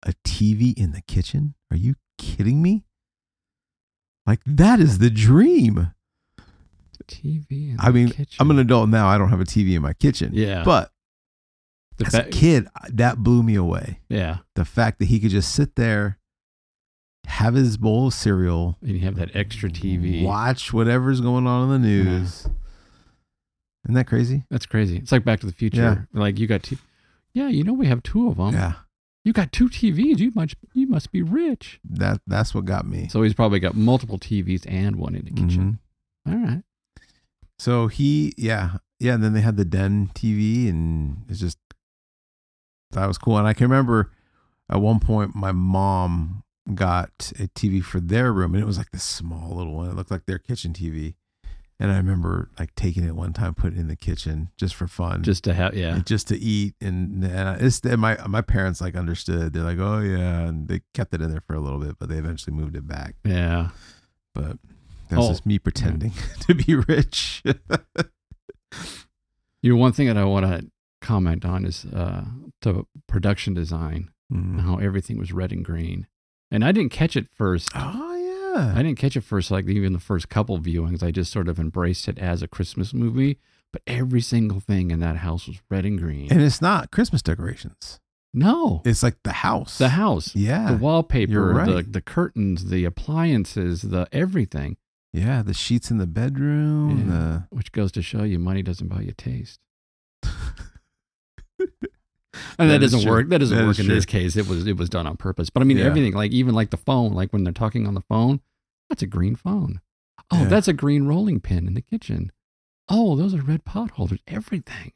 Speaker 2: a TV in the kitchen? Are you kidding me? Like that is the dream.
Speaker 1: TV. In
Speaker 2: I mean,
Speaker 1: the kitchen.
Speaker 2: I'm an adult now. I don't have a TV in my kitchen.
Speaker 1: Yeah.
Speaker 2: But
Speaker 1: The
Speaker 2: as a
Speaker 1: fa-
Speaker 2: kid, that blew me away.
Speaker 1: Yeah,
Speaker 2: The fact that he could just sit there, have his bowl of cereal,
Speaker 1: and you have that extra TV.
Speaker 2: watch whatever's going on in the
Speaker 1: Yeah.
Speaker 2: news. Isn't that crazy?
Speaker 1: That's crazy. It's like Back to the Future. Like you got two. Yeah, you know we have two of them.
Speaker 2: yeah,
Speaker 1: You got two TVs. You must you must be rich.
Speaker 2: that that's what got me.
Speaker 1: So he's probably got multiple TVs and one in the kitchen.
Speaker 2: Mhm.
Speaker 1: All right.
Speaker 2: So he, yeah, yeah. And then they had the den TV, and it's just that was cool. And I can remember at one point my mom got a TV for their room, and it was like this small little one. It looked like their kitchen TV. And I remember like taking it one time, putting it in the kitchen just for fun,
Speaker 1: Just to have yeah.
Speaker 2: and just to eat. And and I, it's, and my my parents like understood. They're like, oh yeah, and they kept it in there for a little bit, but they eventually moved it back.
Speaker 1: Yeah.
Speaker 2: But that's
Speaker 1: Oh.
Speaker 2: just me pretending to be rich.
Speaker 1: You know, one thing that I want to comment on is uh, the production design,
Speaker 2: Mhm.
Speaker 1: how everything was red and green. And I didn't catch it first.
Speaker 2: Oh yeah.
Speaker 1: I didn't catch it first, like even the first couple viewings. I just sort of embraced it as a Christmas movie. But every single thing in that house was red and green.
Speaker 2: and it's not Christmas decorations.
Speaker 1: no,
Speaker 2: It's like the house.
Speaker 1: the house,
Speaker 2: Yeah.
Speaker 1: the wallpaper,
Speaker 2: you're
Speaker 1: the,
Speaker 2: right.
Speaker 1: the curtains, the appliances, the everything,
Speaker 2: yeah. The sheets in the bedroom.
Speaker 1: Yeah. which goes to show you money doesn't buy you taste. And that,
Speaker 2: That is
Speaker 1: doesn't
Speaker 2: true.
Speaker 1: work. That doesn't
Speaker 2: That
Speaker 1: work
Speaker 2: is
Speaker 1: in
Speaker 2: true.
Speaker 1: this case. It was it was done on purpose. But I mean
Speaker 2: Yeah.
Speaker 1: everything, like even like the phone, like when they're talking on the phone, that's a green phone. Oh,
Speaker 2: Yeah.
Speaker 1: that's a green rolling pin in the kitchen. Oh, those are red potholders. Everything.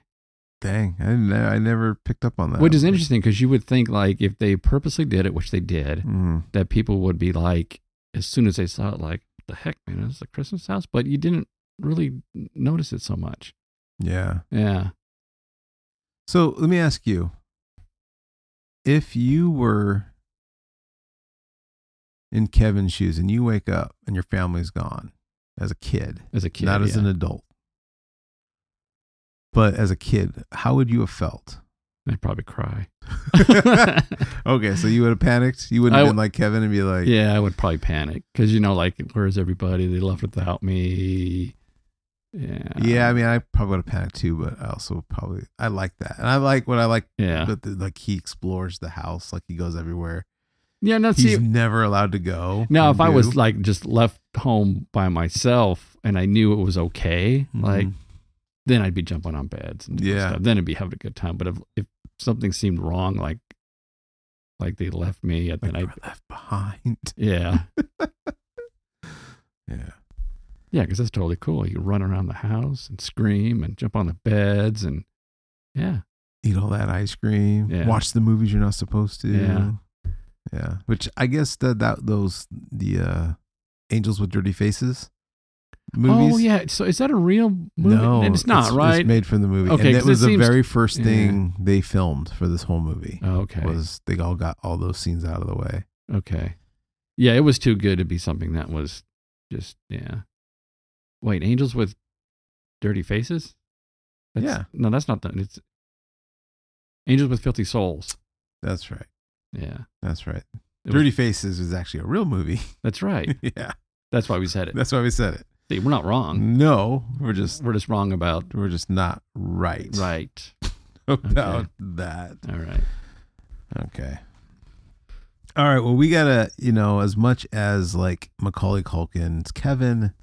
Speaker 2: Dang, I didn't. I never picked up on that.
Speaker 1: Which is interesting because you would think like if they purposely did it, which they did,
Speaker 2: Mhm.
Speaker 1: that people would be like, as soon as they saw it, like, the heck, man, it's a Christmas house. But you didn't really notice it so much.
Speaker 2: Yeah.
Speaker 1: Yeah.
Speaker 2: So let me ask you if you were in Kevin's shoes and you wake up and your family's gone as a kid,
Speaker 1: As a kid.
Speaker 2: not as
Speaker 1: yeah.
Speaker 2: an adult, but as a kid, how would you have felt?
Speaker 1: I'd probably cry.
Speaker 2: okay, so you would have panicked. You wouldn't
Speaker 1: I
Speaker 2: have
Speaker 1: w-
Speaker 2: been like Kevin and be like,
Speaker 1: yeah, I would probably panic because, you know, like, where's everybody? They left without me. Yeah.
Speaker 2: yeah. I mean, I probably would have panicked too, but I also probably I like that, and I like what I like.
Speaker 1: Yeah.
Speaker 2: But the, like he explores the house, like he goes everywhere.
Speaker 1: yeah. No,
Speaker 2: He's
Speaker 1: see,
Speaker 2: never allowed to go.
Speaker 1: now, if I
Speaker 2: and do.
Speaker 1: was like just left home by myself and I knew it was okay, like,
Speaker 2: Mhm.
Speaker 1: then I'd be jumping on beds and doing
Speaker 2: Yeah.
Speaker 1: stuff. Then I'd be having a good time. But if if something seemed wrong, like like they left me, and
Speaker 2: like
Speaker 1: then I
Speaker 2: you were left behind.
Speaker 1: yeah
Speaker 2: Yeah.
Speaker 1: yeah because that's totally cool. You run around the house and scream and jump on the beds and yeah
Speaker 2: Eat all that ice cream.
Speaker 1: Yeah.
Speaker 2: Watch the movies you're not supposed to.
Speaker 1: Yeah.
Speaker 2: Yeah. Which I guess that, that those the uh Angels with Dirty Faces movies.
Speaker 1: oh yeah. So is that a real movie?
Speaker 2: No,
Speaker 1: it's not right.
Speaker 2: It's made for the movie.
Speaker 1: Okay,
Speaker 2: and
Speaker 1: 'cause
Speaker 2: that
Speaker 1: it
Speaker 2: was the
Speaker 1: seems-
Speaker 2: very first
Speaker 1: Yeah.
Speaker 2: thing they filmed for this whole movie.
Speaker 1: Oh, okay,
Speaker 2: Was they all got all those scenes out of the way.
Speaker 1: okay, yeah. It was too good to be something that was just yeah. Wait, angels with dirty faces. That's,
Speaker 2: Yeah.
Speaker 1: No, that's not the. It's angels with filthy souls.
Speaker 2: That's right.
Speaker 1: Yeah.
Speaker 2: That's right.
Speaker 1: It was-
Speaker 2: Dirty Faces is actually a real movie.
Speaker 1: That's right.
Speaker 2: yeah.
Speaker 1: That's why we said it.
Speaker 2: That's why we said it.
Speaker 1: See, we're not wrong.
Speaker 2: No, we're just
Speaker 1: We're just wrong about
Speaker 2: we're just not right.
Speaker 1: right.
Speaker 2: about that.
Speaker 1: All right.
Speaker 2: Okay. All right. Well, we gotta, you know, as much as like Macaulay Culkin's Kevin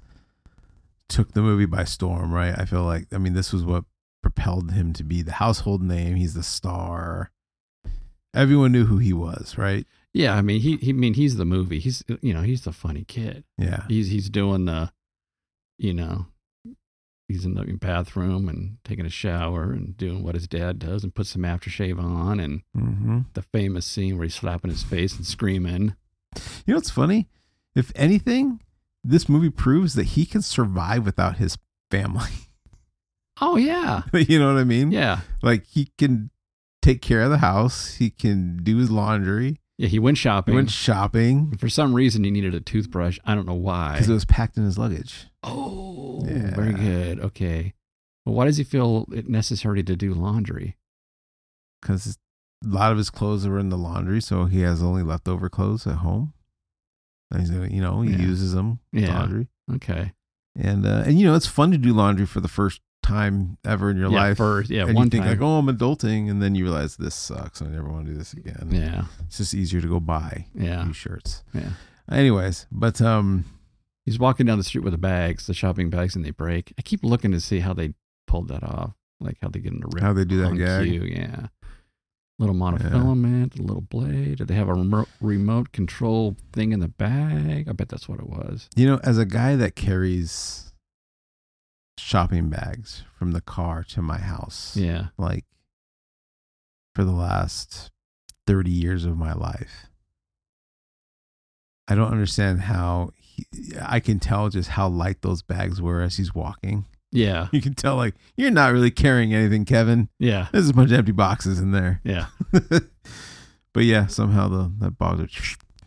Speaker 2: took the movie by storm, right? I feel like, I mean, this was what propelled him to be the household name. He's the star. Everyone knew who he was, right?
Speaker 1: Yeah, I mean he he I mean he's the movie. He's you know, he's the funny kid.
Speaker 2: Yeah.
Speaker 1: He's he's doing the you know, he's in the bathroom and taking a shower and doing what his dad does and puts some aftershave on and
Speaker 2: Mm-hmm.
Speaker 1: the famous scene where he's slapping his face and screaming.
Speaker 2: You know what's funny? If anything, this movie proves that he can survive without his family.
Speaker 1: Oh yeah.
Speaker 2: you know what I mean?
Speaker 1: Yeah.
Speaker 2: Like he can take care of the house, he can do his laundry.
Speaker 1: Yeah, he went
Speaker 2: He
Speaker 1: shopping.
Speaker 2: went shopping
Speaker 1: for some reason he needed a toothbrush. I don't know why.
Speaker 2: because it was packed in his luggage.
Speaker 1: Oh, very
Speaker 2: Yeah.
Speaker 1: good. Okay. Well, why does he feel it necessary to do laundry?
Speaker 2: Because a lot of his clothes were in the laundry, so he has only leftover clothes at home. And he's gonna, you know, he
Speaker 1: Yeah.
Speaker 2: uses them in
Speaker 1: Yeah.
Speaker 2: laundry,
Speaker 1: Okay.
Speaker 2: and uh, and you know, it's fun to do laundry for the first time ever in your
Speaker 1: Yeah,
Speaker 2: life.
Speaker 1: first- yeah,
Speaker 2: and
Speaker 1: one
Speaker 2: you think
Speaker 1: time.
Speaker 2: like, oh, I'm adulting, and then you realize this sucks. I never want to do this again.
Speaker 1: Yeah.
Speaker 2: It's just easier to go buy
Speaker 1: Yeah.
Speaker 2: new shirts.
Speaker 1: Yeah.
Speaker 2: Anyways, but um,
Speaker 1: He's walking down the street with the bags, the shopping bags, and they break. I keep looking to see how they pulled that off, like how they get in the rip.
Speaker 2: how they do that
Speaker 1: on
Speaker 2: gag?
Speaker 1: cue, Yeah. Little monofilament, a little blade. Did they have a remote, remote control thing in the bag? I bet that's what it was.
Speaker 2: You know, as a guy that carries shopping bags from the car to my house,
Speaker 1: Yeah.
Speaker 2: like for the last 30 years of my life, I don't understand how he, I can tell just how light those bags were as he's walking.
Speaker 1: Yeah.
Speaker 2: You can tell, like, you're not really carrying anything, Kevin.
Speaker 1: Yeah.
Speaker 2: There's a bunch of empty boxes in there.
Speaker 1: Yeah.
Speaker 2: but yeah, somehow the that box would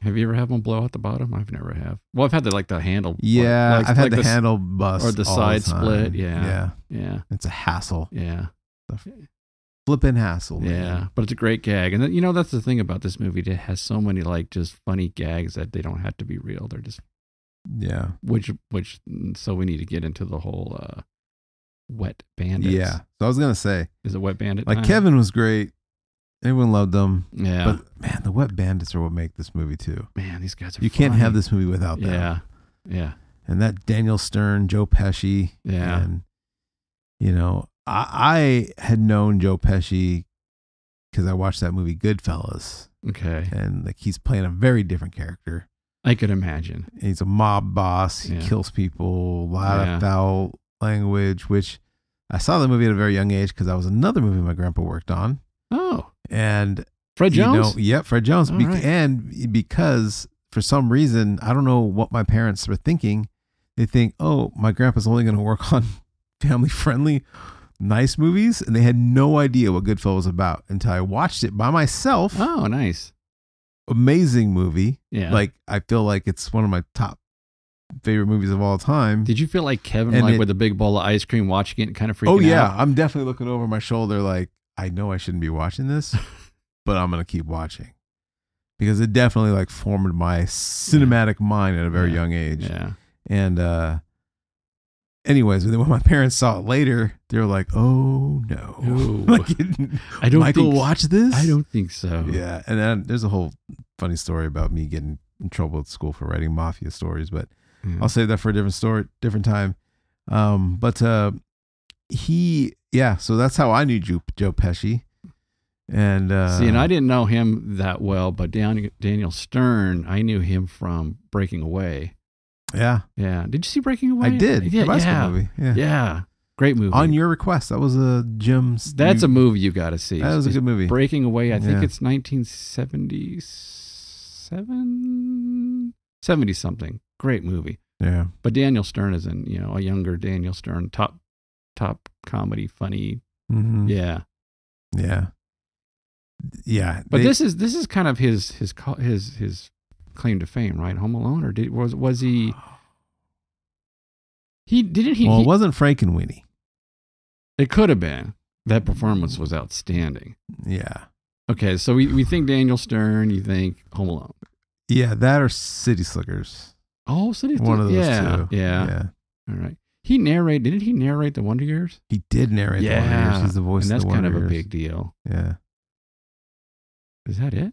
Speaker 1: Have you ever had one blow out the bottom? I've never have. Well, I've had the like the handle.
Speaker 2: Yeah,
Speaker 1: like-
Speaker 2: I've had
Speaker 1: like
Speaker 2: the,
Speaker 1: s-
Speaker 2: handle bust
Speaker 1: or the
Speaker 2: all
Speaker 1: side
Speaker 2: time.
Speaker 1: split, yeah.
Speaker 2: yeah,
Speaker 1: Yeah.
Speaker 2: it's a hassle,
Speaker 1: Yeah.
Speaker 2: flipping hassle. man.
Speaker 1: Yeah, but it's a great gag, and then, you know that's the thing about this movie. It has so many like just funny gags that they don't have to be real. They're just
Speaker 2: yeah,
Speaker 1: which which. mm, So we need to get into the whole uh wet bandits.
Speaker 2: yeah. So I was gonna say,
Speaker 1: is it wet bandit?
Speaker 2: like
Speaker 1: time?
Speaker 2: Kevin was great, everyone loved him,
Speaker 1: Uh-huh. Yeah,
Speaker 2: but man, the Wet Bandits are what make this movie too.
Speaker 1: man, these guys are.
Speaker 2: You can't have
Speaker 1: funny.
Speaker 2: this movie without them.
Speaker 1: Yeah, yeah,
Speaker 2: and that Daniel Stern, Joe Pesci,
Speaker 1: Yeah.
Speaker 2: and you know, I, I had known Joe Pesci because I watched that movie Goodfellas,
Speaker 1: okay.
Speaker 2: and like he's playing a very different character.
Speaker 1: I could imagine.
Speaker 2: he's a mob boss. He
Speaker 1: Yeah.
Speaker 2: kills people. A lot
Speaker 1: Yeah.
Speaker 2: of foul language, which I saw the movie at a very young age because that was another movie my grandpa worked on.
Speaker 1: Oh,
Speaker 2: And
Speaker 1: Fred
Speaker 2: you
Speaker 1: Jones.
Speaker 2: know, yep, Fred Jones.
Speaker 1: All
Speaker 2: Bec-
Speaker 1: right.
Speaker 2: And because for some reason, I don't know what my parents were thinking. They think, oh, my grandpa's only going to work on family friendly, nice movies. And they had no idea what Goodfellas was about until I watched it by myself.
Speaker 1: Oh, nice.
Speaker 2: Amazing movie.
Speaker 1: Yeah.
Speaker 2: Like, I feel like it's one of my top favorite movies of all time.
Speaker 1: did you feel like Kevin,
Speaker 2: and
Speaker 1: like
Speaker 2: it-
Speaker 1: with a big bowl of ice cream, watching it, kind of freaking
Speaker 2: oh, yeah.
Speaker 1: out?
Speaker 2: I'm definitely looking over my shoulder like, I know I shouldn't be watching this, but I'm going to keep watching because it definitely like formed my cinematic mind at a very
Speaker 1: Yeah.
Speaker 2: young age.
Speaker 1: Yeah.
Speaker 2: And uh anyways, when my parents saw it later, they were like, "Oh no."
Speaker 1: No.
Speaker 2: like it-
Speaker 1: I don't
Speaker 2: Michael
Speaker 1: think.
Speaker 2: watch this?
Speaker 1: I don't think so.
Speaker 2: Yeah, and then there's a whole funny story about me getting in trouble at school for writing mafia stories, but
Speaker 1: Yeah.
Speaker 2: I'll save that for a different story, different time. Um, but uh, he, yeah, so that's how I knew Joe, Joe Pesci, and uh,
Speaker 1: See, and I didn't know him that well, but Dan- Daniel Stern, I knew him from Breaking Away.
Speaker 2: yeah,
Speaker 1: Yeah. Did you see Breaking Away?
Speaker 2: I did
Speaker 1: Yeah.
Speaker 2: the basketball
Speaker 1: yeah.
Speaker 2: movie, yeah.
Speaker 1: Yeah. Great movie.
Speaker 2: on your request. That was a Jim's.
Speaker 1: That's a movie you got to see.
Speaker 2: that was a
Speaker 1: It's
Speaker 2: good movie.
Speaker 1: Breaking Away. I think
Speaker 2: Yeah.
Speaker 1: it's 1977, 70 something. Great movie.
Speaker 2: Yeah.
Speaker 1: But Daniel Stern is in, you know, a younger Daniel Stern, top, top comedy, funny.
Speaker 2: Mm-hmm.
Speaker 1: Yeah.
Speaker 2: Yeah. Yeah.
Speaker 1: But
Speaker 2: they-
Speaker 1: this is this is kind of his his co- his his claim to fame, right? Home Alone, or did was was he he didn't he?
Speaker 2: well,
Speaker 1: he-
Speaker 2: it wasn't Frank and Winnie.
Speaker 1: it could have been that performance was outstanding.
Speaker 2: Yeah.
Speaker 1: Okay, so we, we think Daniel Stern, you think Home Alone.
Speaker 2: Yeah. That or City Slickers.
Speaker 1: Oh, so did
Speaker 2: One of those
Speaker 1: yeah,
Speaker 2: two.
Speaker 1: Yeah, All right. He narrate didn't he narrate the Wonder Years?
Speaker 2: He did narrate the Wonder Years. He's the voice
Speaker 1: and that's
Speaker 2: of the Wonder
Speaker 1: kind of a
Speaker 2: Years.
Speaker 1: big deal.
Speaker 2: Yeah.
Speaker 1: Is that it?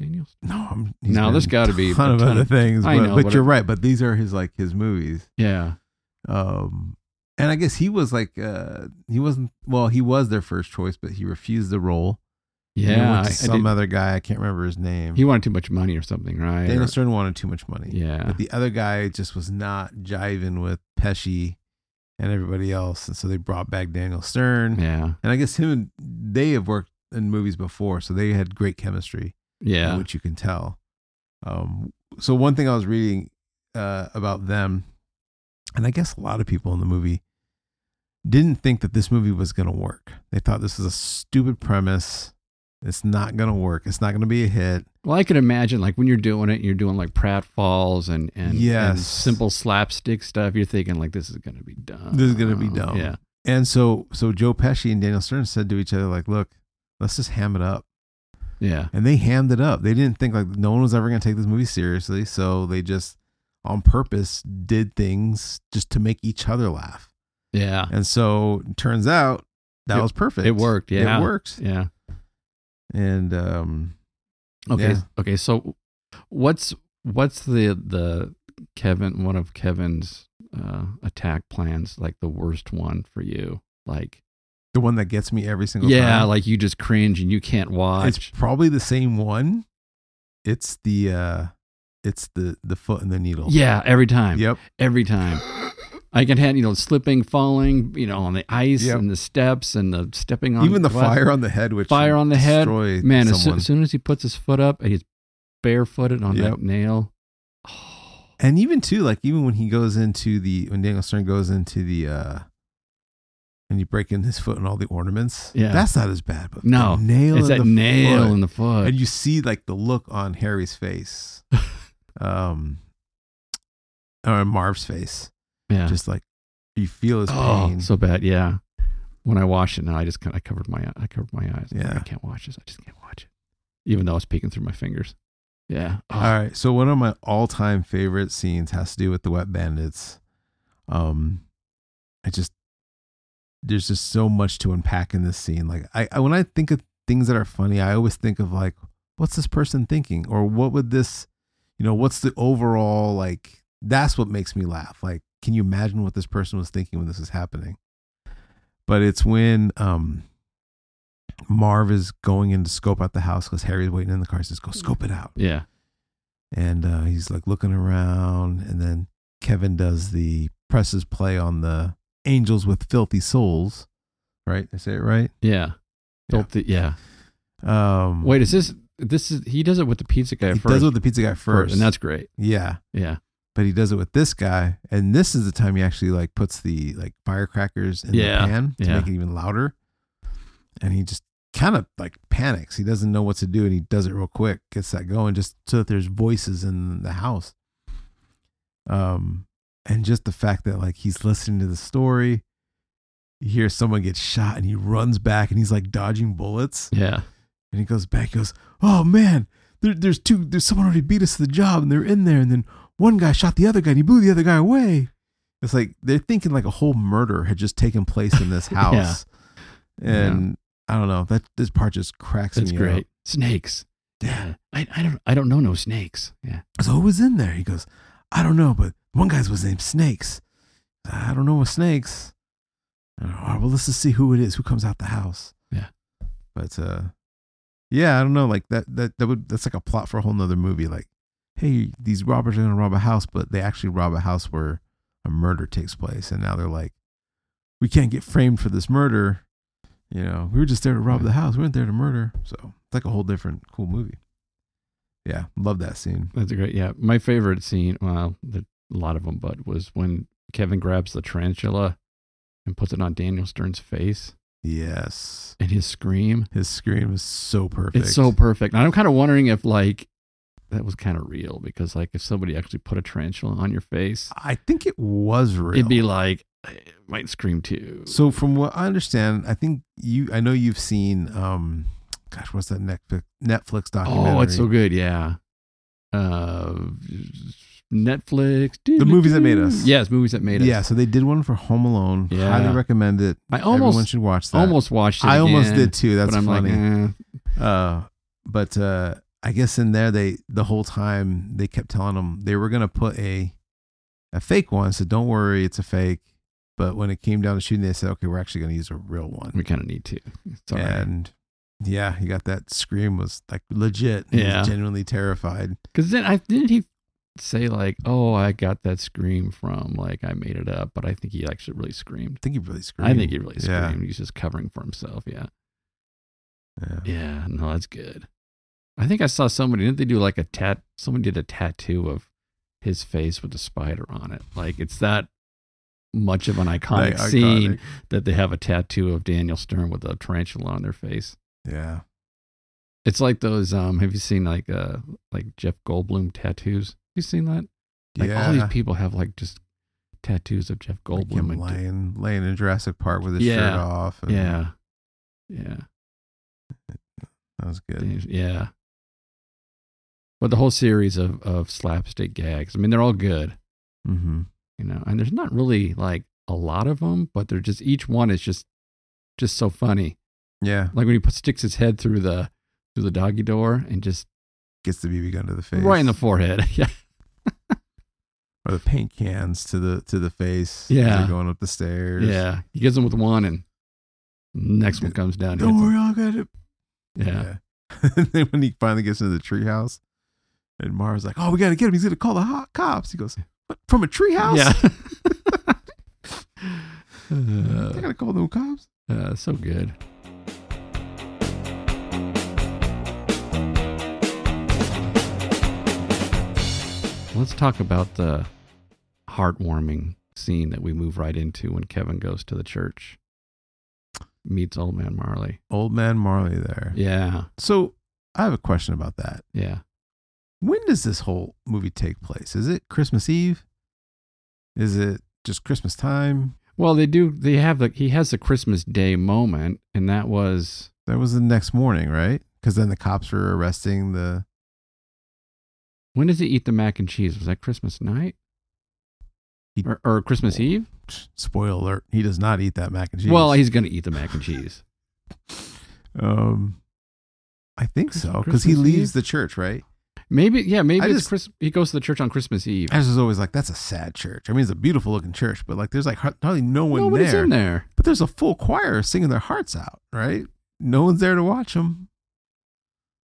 Speaker 1: Daniel Stern?
Speaker 2: No, I'm.
Speaker 1: No,
Speaker 2: done
Speaker 1: there's
Speaker 2: a
Speaker 1: gotta be
Speaker 2: ton
Speaker 1: a
Speaker 2: of
Speaker 1: ton
Speaker 2: other
Speaker 1: of-
Speaker 2: things.
Speaker 1: I
Speaker 2: but,
Speaker 1: know,
Speaker 2: but
Speaker 1: but
Speaker 2: you're right. But these are his like his movies.
Speaker 1: Yeah.
Speaker 2: Um, and I guess he was like uh he wasn't well he was their first choice, but he refused the role. And he
Speaker 1: Yeah.
Speaker 2: went to
Speaker 1: I- I
Speaker 2: some
Speaker 1: did-
Speaker 2: other guy I can't remember his name.
Speaker 1: he wanted too much money or something, right?
Speaker 2: Daniel
Speaker 1: Or-
Speaker 2: Stern wanted too much money.
Speaker 1: yeah.
Speaker 2: But the other guy just was not jiving with Pesci and everybody else. And so they brought back Daniel Stern.
Speaker 1: Yeah.
Speaker 2: And I guess him and they have worked in movies before, so they had great chemistry,
Speaker 1: Yeah.
Speaker 2: which you can tell. Um, so one thing I was reading uh, about them, and I guess a lot of people in the movie didn't think that this movie was going to work. They thought this is a stupid premise. It's not going to work. It's not going to be a hit.
Speaker 1: Well, I could imagine like when you're doing it, you're doing like pratfalls and and, and
Speaker 2: Yes.
Speaker 1: simple slapstick stuff. You're thinking like this is gonna be dumb.
Speaker 2: This is gonna be dumb.
Speaker 1: Yeah.
Speaker 2: And so so Joe Pesci and Daniel Stern said to each other, like, look, let's just ham it up.
Speaker 1: Yeah.
Speaker 2: And they hammed it up. They didn't think like no one was ever gonna take this movie seriously. So they just on purpose did things just to make each other laugh.
Speaker 1: Yeah.
Speaker 2: And so it turns out that
Speaker 1: It-
Speaker 2: was perfect.
Speaker 1: it worked, yeah.
Speaker 2: It worked.
Speaker 1: Yeah.
Speaker 2: And um
Speaker 1: Okay.
Speaker 2: Yeah.
Speaker 1: Okay. So what's what's the the Kevin one of Kevin's uh attack plans, like the worst one for you? Like
Speaker 2: the one that gets me every single
Speaker 1: Yeah,
Speaker 2: time.
Speaker 1: like you just cringe and you can't
Speaker 2: it's
Speaker 1: watch.
Speaker 2: probably the same one. It's the uh it's the the foot and the needle.
Speaker 1: Yeah, every time.
Speaker 2: Yep.
Speaker 1: Every time. I can have you know slipping, falling, you know, on the ice
Speaker 2: Yep.
Speaker 1: and the steps and the stepping on
Speaker 2: Even the
Speaker 1: glass.
Speaker 2: fire on the head, which
Speaker 1: Fire
Speaker 2: would
Speaker 1: on the head.
Speaker 2: destroy
Speaker 1: Man, as, soo-
Speaker 2: someone.
Speaker 1: as soon as he puts his foot up and he's barefooted on
Speaker 2: Yep. Oh,
Speaker 1: that nail,
Speaker 2: and even too, like even when he goes into the when Daniel Stern goes into the uh and you break in his foot and all the ornaments,
Speaker 1: Yeah.
Speaker 2: that's not as bad. But
Speaker 1: No,
Speaker 2: the nail,
Speaker 1: it's
Speaker 2: in
Speaker 1: that
Speaker 2: the
Speaker 1: nail
Speaker 2: foot.
Speaker 1: in the foot.
Speaker 2: and you see like the look on Harry's face, um, or Marv's face,
Speaker 1: yeah.
Speaker 2: just like you feel his
Speaker 1: oh,
Speaker 2: pain.
Speaker 1: so bad. Yeah. When I watched it now, I just kind of covered my I covered my eyes. I'm like,
Speaker 2: Yeah.
Speaker 1: I can't watch this. I just can't watch it, even though I was peeking through my fingers. Yeah. Oh,
Speaker 2: All right. So one of my all-time favorite scenes has to do with the Wet Bandits. Um, I just there's just so much to unpack in this scene. Like I, I when I think of things that are funny, I always think of like, what's this person thinking, or what would this, you know, what's the overall like? That's what makes me laugh. Like, can you imagine what this person was thinking when this was happening? But it's when um. Marv is going in to scope out the house because Harry's waiting in the car. He says, "Go scope it out."
Speaker 1: Yeah.
Speaker 2: and uh, he's like looking around and then kevin does the presses play on the angels with filthy souls right? I say it right.
Speaker 1: Yeah.
Speaker 2: Yeah.
Speaker 1: Filthy. Yeah.
Speaker 2: Um,
Speaker 1: Wait, is this this is he does it with the pizza guy
Speaker 2: he
Speaker 1: first?
Speaker 2: does it with the pizza guy first,
Speaker 1: and that's great.
Speaker 2: yeah.
Speaker 1: Yeah.
Speaker 2: But he does it with this guy, and this is the time he actually like puts the like firecrackers in
Speaker 1: Yeah,
Speaker 2: the pan to
Speaker 1: yeah.
Speaker 2: make it even louder. And he just kind of like panics. He doesn't know what to do, and he does it real quick, gets that going, just so that there's voices in the house. Um, and just the fact that like he's listening to the story, he hears someone get shot, and he runs back, and he's like dodging bullets.
Speaker 1: Yeah.
Speaker 2: And he goes back, he goes, Oh man, there, there's two, there's someone already beat us to the job and they're in there. And then one guy shot the other guy and he blew the other guy away. It's like they're thinking like a whole murder had just taken place in this house. And I don't know, that this part just cracks
Speaker 1: That's
Speaker 2: me
Speaker 1: great.
Speaker 2: up.
Speaker 1: Snakes.
Speaker 2: Yeah.
Speaker 1: I, I don't I don't know no snakes. Yeah.
Speaker 2: So who was in there? He goes, I don't know, but one guy's was named Snakes. I don't know what snakes. I don't know. All right, well, let's just see who it is who comes out the house.
Speaker 1: Yeah.
Speaker 2: But uh, yeah, I don't know. Like that that that would that's like a plot for a whole nother movie. Like, hey, these robbers are gonna rob a house, but they actually rob a house where a murder takes place, and now they're like, we can't get framed for this murder. You know, we were just there to rob the house. We weren't there to murder. So it's like a whole different cool movie. Yeah, love that scene.
Speaker 1: That's great. Yeah. My favorite scene, well, the, a lot of them, but was when Kevin grabs the tarantula and puts it on Daniel Stern's face
Speaker 2: Yes.
Speaker 1: and his scream.
Speaker 2: His scream is so perfect.
Speaker 1: It's so perfect. And I'm kind of wondering if like that was kind of real because like if somebody actually put a tarantula on your face,
Speaker 2: I think it was real.
Speaker 1: it'd be like I might scream too.
Speaker 2: so from what I understand, I think you I know you've seen um gosh, what's that Netflix Netflix documentary?
Speaker 1: Oh, it's so good. Yeah. Uh, Netflix.
Speaker 2: The movies that made us.
Speaker 1: Yes, movies that made us.
Speaker 2: Yeah, so they did one for Home Alone.
Speaker 1: Yeah.
Speaker 2: Highly recommend it.
Speaker 1: I almost-
Speaker 2: Everyone should watch that.
Speaker 1: Almost watched it.
Speaker 2: I almost
Speaker 1: again,
Speaker 2: did too. That's
Speaker 1: but I'm
Speaker 2: funny.
Speaker 1: like, eh.
Speaker 2: Uh, but uh, I guess in there they the whole time they kept telling them they were gonna put a a fake one. So don't worry, it's a fake. But when it came down to shooting, they said, okay, we're actually gonna use a real one.
Speaker 1: we kind of need to. It's all right.
Speaker 2: and yeah, you got that scream was like legit. He was
Speaker 1: Yeah.
Speaker 2: genuinely terrified.
Speaker 1: Because then I didn't he say like, oh, I got that scream from like I made it up, but I think he actually really screamed.
Speaker 2: I think he really screamed.
Speaker 1: I think he really
Speaker 2: Yeah.
Speaker 1: screamed. He's just covering for himself. Yeah.
Speaker 2: Yeah.
Speaker 1: Yeah. No, that's good. I think I saw somebody. Didn't they do like a tat? Someone did a tattoo of his face with a spider on it. Like it's that much of an iconic
Speaker 2: Like,
Speaker 1: scene
Speaker 2: iconic.
Speaker 1: that they have a tattoo of Daniel Stern with a tarantula on their face.
Speaker 2: Yeah.
Speaker 1: It's like those. Um, have you seen like uh like Jeff Goldblum tattoos? You seen that? Like
Speaker 2: yeah.
Speaker 1: all these people have like just tattoos of Jeff
Speaker 2: Like him
Speaker 1: Goldblum. and-
Speaker 2: laying laying in Jurassic Park with his
Speaker 1: Yeah.
Speaker 2: shirt off. and
Speaker 1: yeah, yeah,
Speaker 2: That was good.
Speaker 1: Dan- yeah. But the whole series of of slapstick gags. I mean, they're all good,
Speaker 2: Mm-hmm.
Speaker 1: you know. And there's not really like a lot of them, but they're just each one is just just so funny.
Speaker 2: Yeah.
Speaker 1: Like when he put, sticks his head through the through the doggy door and just
Speaker 2: Gets the BB gun to the face.
Speaker 1: right in the forehead. yeah,
Speaker 2: or the paint cans to the to the face. as
Speaker 1: Yeah.
Speaker 2: they're going up the stairs.
Speaker 1: yeah. He gives him with one, and next one comes down. and
Speaker 2: don't
Speaker 1: hits him.
Speaker 2: worry, I'll get it.
Speaker 1: Yeah.
Speaker 2: and then when he finally gets into the treehouse, and Mara's like, "Oh, we gotta get him. He's gonna call the hot cops." He goes, "What? From a treehouse?
Speaker 1: Yeah.
Speaker 2: They gotta call them cops."
Speaker 1: uh, uh, so good. Let's talk about the heartwarming scene that we move right into when Kevin goes to the church, meets old man Marley.
Speaker 2: Old man Marley there.
Speaker 1: Yeah,
Speaker 2: So I have a question about that.
Speaker 1: yeah.
Speaker 2: When does this whole movie take place? Is it Christmas Eve? Is it just Christmas time?
Speaker 1: Well, they do. They have the he has the Christmas Day moment, and that was
Speaker 2: That was the next morning, right? Because then the cops were arresting the.
Speaker 1: when does he eat the mac and cheese? Was that Christmas night?
Speaker 2: He-
Speaker 1: Or, or Christmas Eve?
Speaker 2: Spoiler alert: He does not eat that mac and cheese.
Speaker 1: Well, he's going to eat the mac and cheese.
Speaker 2: Um, I think
Speaker 1: Christ-
Speaker 2: so because he
Speaker 1: Christmas
Speaker 2: leaves
Speaker 1: Eve?
Speaker 2: the church, right?
Speaker 1: Maybe, yeah, maybe
Speaker 2: I
Speaker 1: it's
Speaker 2: just-
Speaker 1: Chris. He goes to the church on Christmas Eve.
Speaker 2: I was just always like, that's a sad church. I mean, it's a beautiful looking church, but like, there's like har- hardly no one
Speaker 1: Nobody's
Speaker 2: there.
Speaker 1: in there.
Speaker 2: But there's a full choir singing their hearts out, right? No one's there to watch them.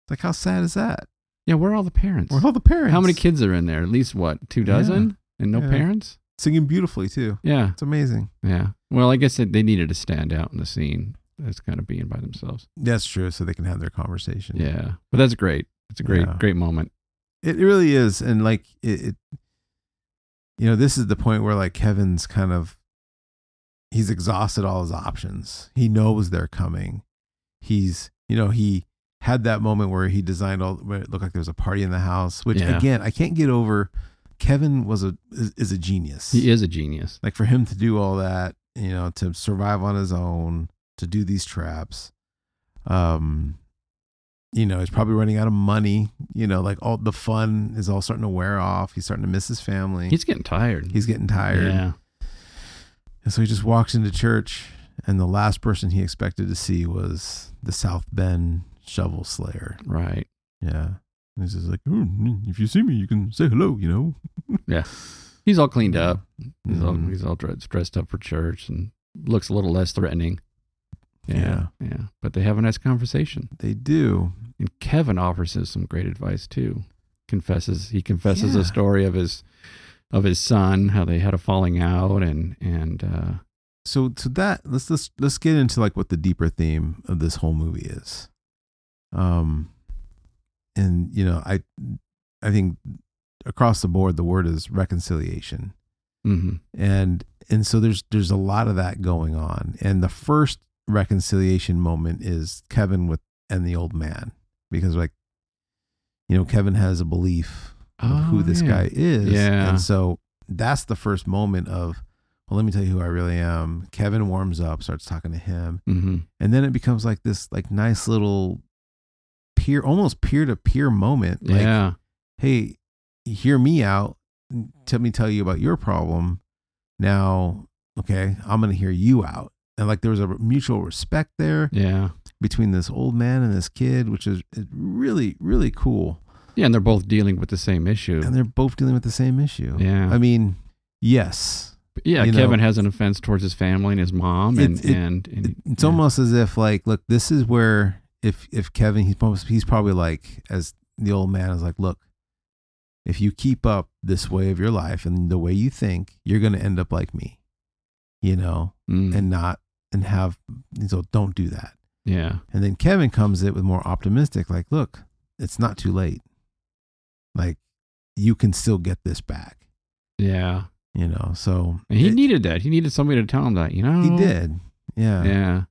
Speaker 2: Like, how sad is that?
Speaker 1: Yeah, where are all the parents?
Speaker 2: Where are all the parents?
Speaker 1: How many kids are in there? At least what, two
Speaker 2: Yeah.
Speaker 1: dozen, and no
Speaker 2: Yeah.
Speaker 1: parents?
Speaker 2: Singing beautifully too.
Speaker 1: Yeah.
Speaker 2: It's amazing.
Speaker 1: Yeah. Well, I guess that they needed to stand out in the scene. That's kind of being by themselves.
Speaker 2: That's true. So they can have their conversation.
Speaker 1: Yeah. But that's great. It's a great,
Speaker 2: Yeah.
Speaker 1: great moment.
Speaker 2: It it really is. And like it, it you know, this is the point where like Kevin's kind of he's exhausted all his options. He knows they're coming. He's you know, he had that moment where he designed all where it looked like there was a party in the house, which
Speaker 1: Yeah.
Speaker 2: again, I can't get over Kevin was a is, is a genius.
Speaker 1: He is a genius.
Speaker 2: like for him to do all that you know to survive on his own to do these traps um you know he's probably running out of money you know like all the fun is all starting to wear off he's starting to miss his family he's,
Speaker 1: He's getting tired.
Speaker 2: getting tired
Speaker 1: Yeah.
Speaker 2: and so he just walks into church and the last person he expected to see was the south bend shovel slayer
Speaker 1: Right.
Speaker 2: yeah and he's just like "Ooh, if you see me you can say hello you know
Speaker 1: He's all cleaned up. He's all
Speaker 2: Mhm.
Speaker 1: he's all dressed, dressed up for church and looks a little less threatening. Yeah, yeah. But they have a nice conversation.
Speaker 2: they do
Speaker 1: And Kevin offers him some great advice too. Confesses he confesses
Speaker 2: Yeah.
Speaker 1: a story of his of his son, how they had a falling out and and uh
Speaker 2: so so that let's let's let's get into like what the deeper theme of this whole movie is um and you know i i think across the board the word is reconciliation
Speaker 1: mhm.
Speaker 2: and and so there's there's a lot of that going on and the first reconciliation moment is kevin with and the old man because like you know kevin has a belief of who
Speaker 1: Oh,
Speaker 2: this
Speaker 1: yeah.
Speaker 2: guy is.
Speaker 1: Yeah.
Speaker 2: And so that's the first moment of, well, let me tell you who I really am. Kevin warms up, starts talking to him,
Speaker 1: Mhm.
Speaker 2: and then it becomes like this like nice little peer almost peer to peer moment. Like,
Speaker 1: yeah.
Speaker 2: hey, hear me out. Tell me tell you about your problem. Now, okay, I'm gonna hear you out. And like there was a mutual respect there
Speaker 1: Yeah.
Speaker 2: between this old man and this kid, which is is really, really cool.
Speaker 1: Yeah, and they're both dealing with the same issue.
Speaker 2: And they're both dealing with the same issue.
Speaker 1: Yeah.
Speaker 2: I mean, yes.
Speaker 1: yeah,
Speaker 2: you know,
Speaker 1: Kevin has an offense towards his family and his mom and
Speaker 2: It's- it-
Speaker 1: and, and
Speaker 2: It's
Speaker 1: yeah.
Speaker 2: almost as if like, look, this is where if if Kevin he's probably, he's probably like as the old man is like, look, if you keep up this way of your life and the way you think, you're going to end up like me. You know,
Speaker 1: Mm,
Speaker 2: and not and have so don't do that.
Speaker 1: yeah.
Speaker 2: And then Kevin comes in with more optimistic like, look, it's not too late. Like you can still get this back,
Speaker 1: Yeah.
Speaker 2: you know. So
Speaker 1: And he
Speaker 2: it-
Speaker 1: needed that. He needed somebody to tell him that, you know?
Speaker 2: he did.
Speaker 1: Yeah.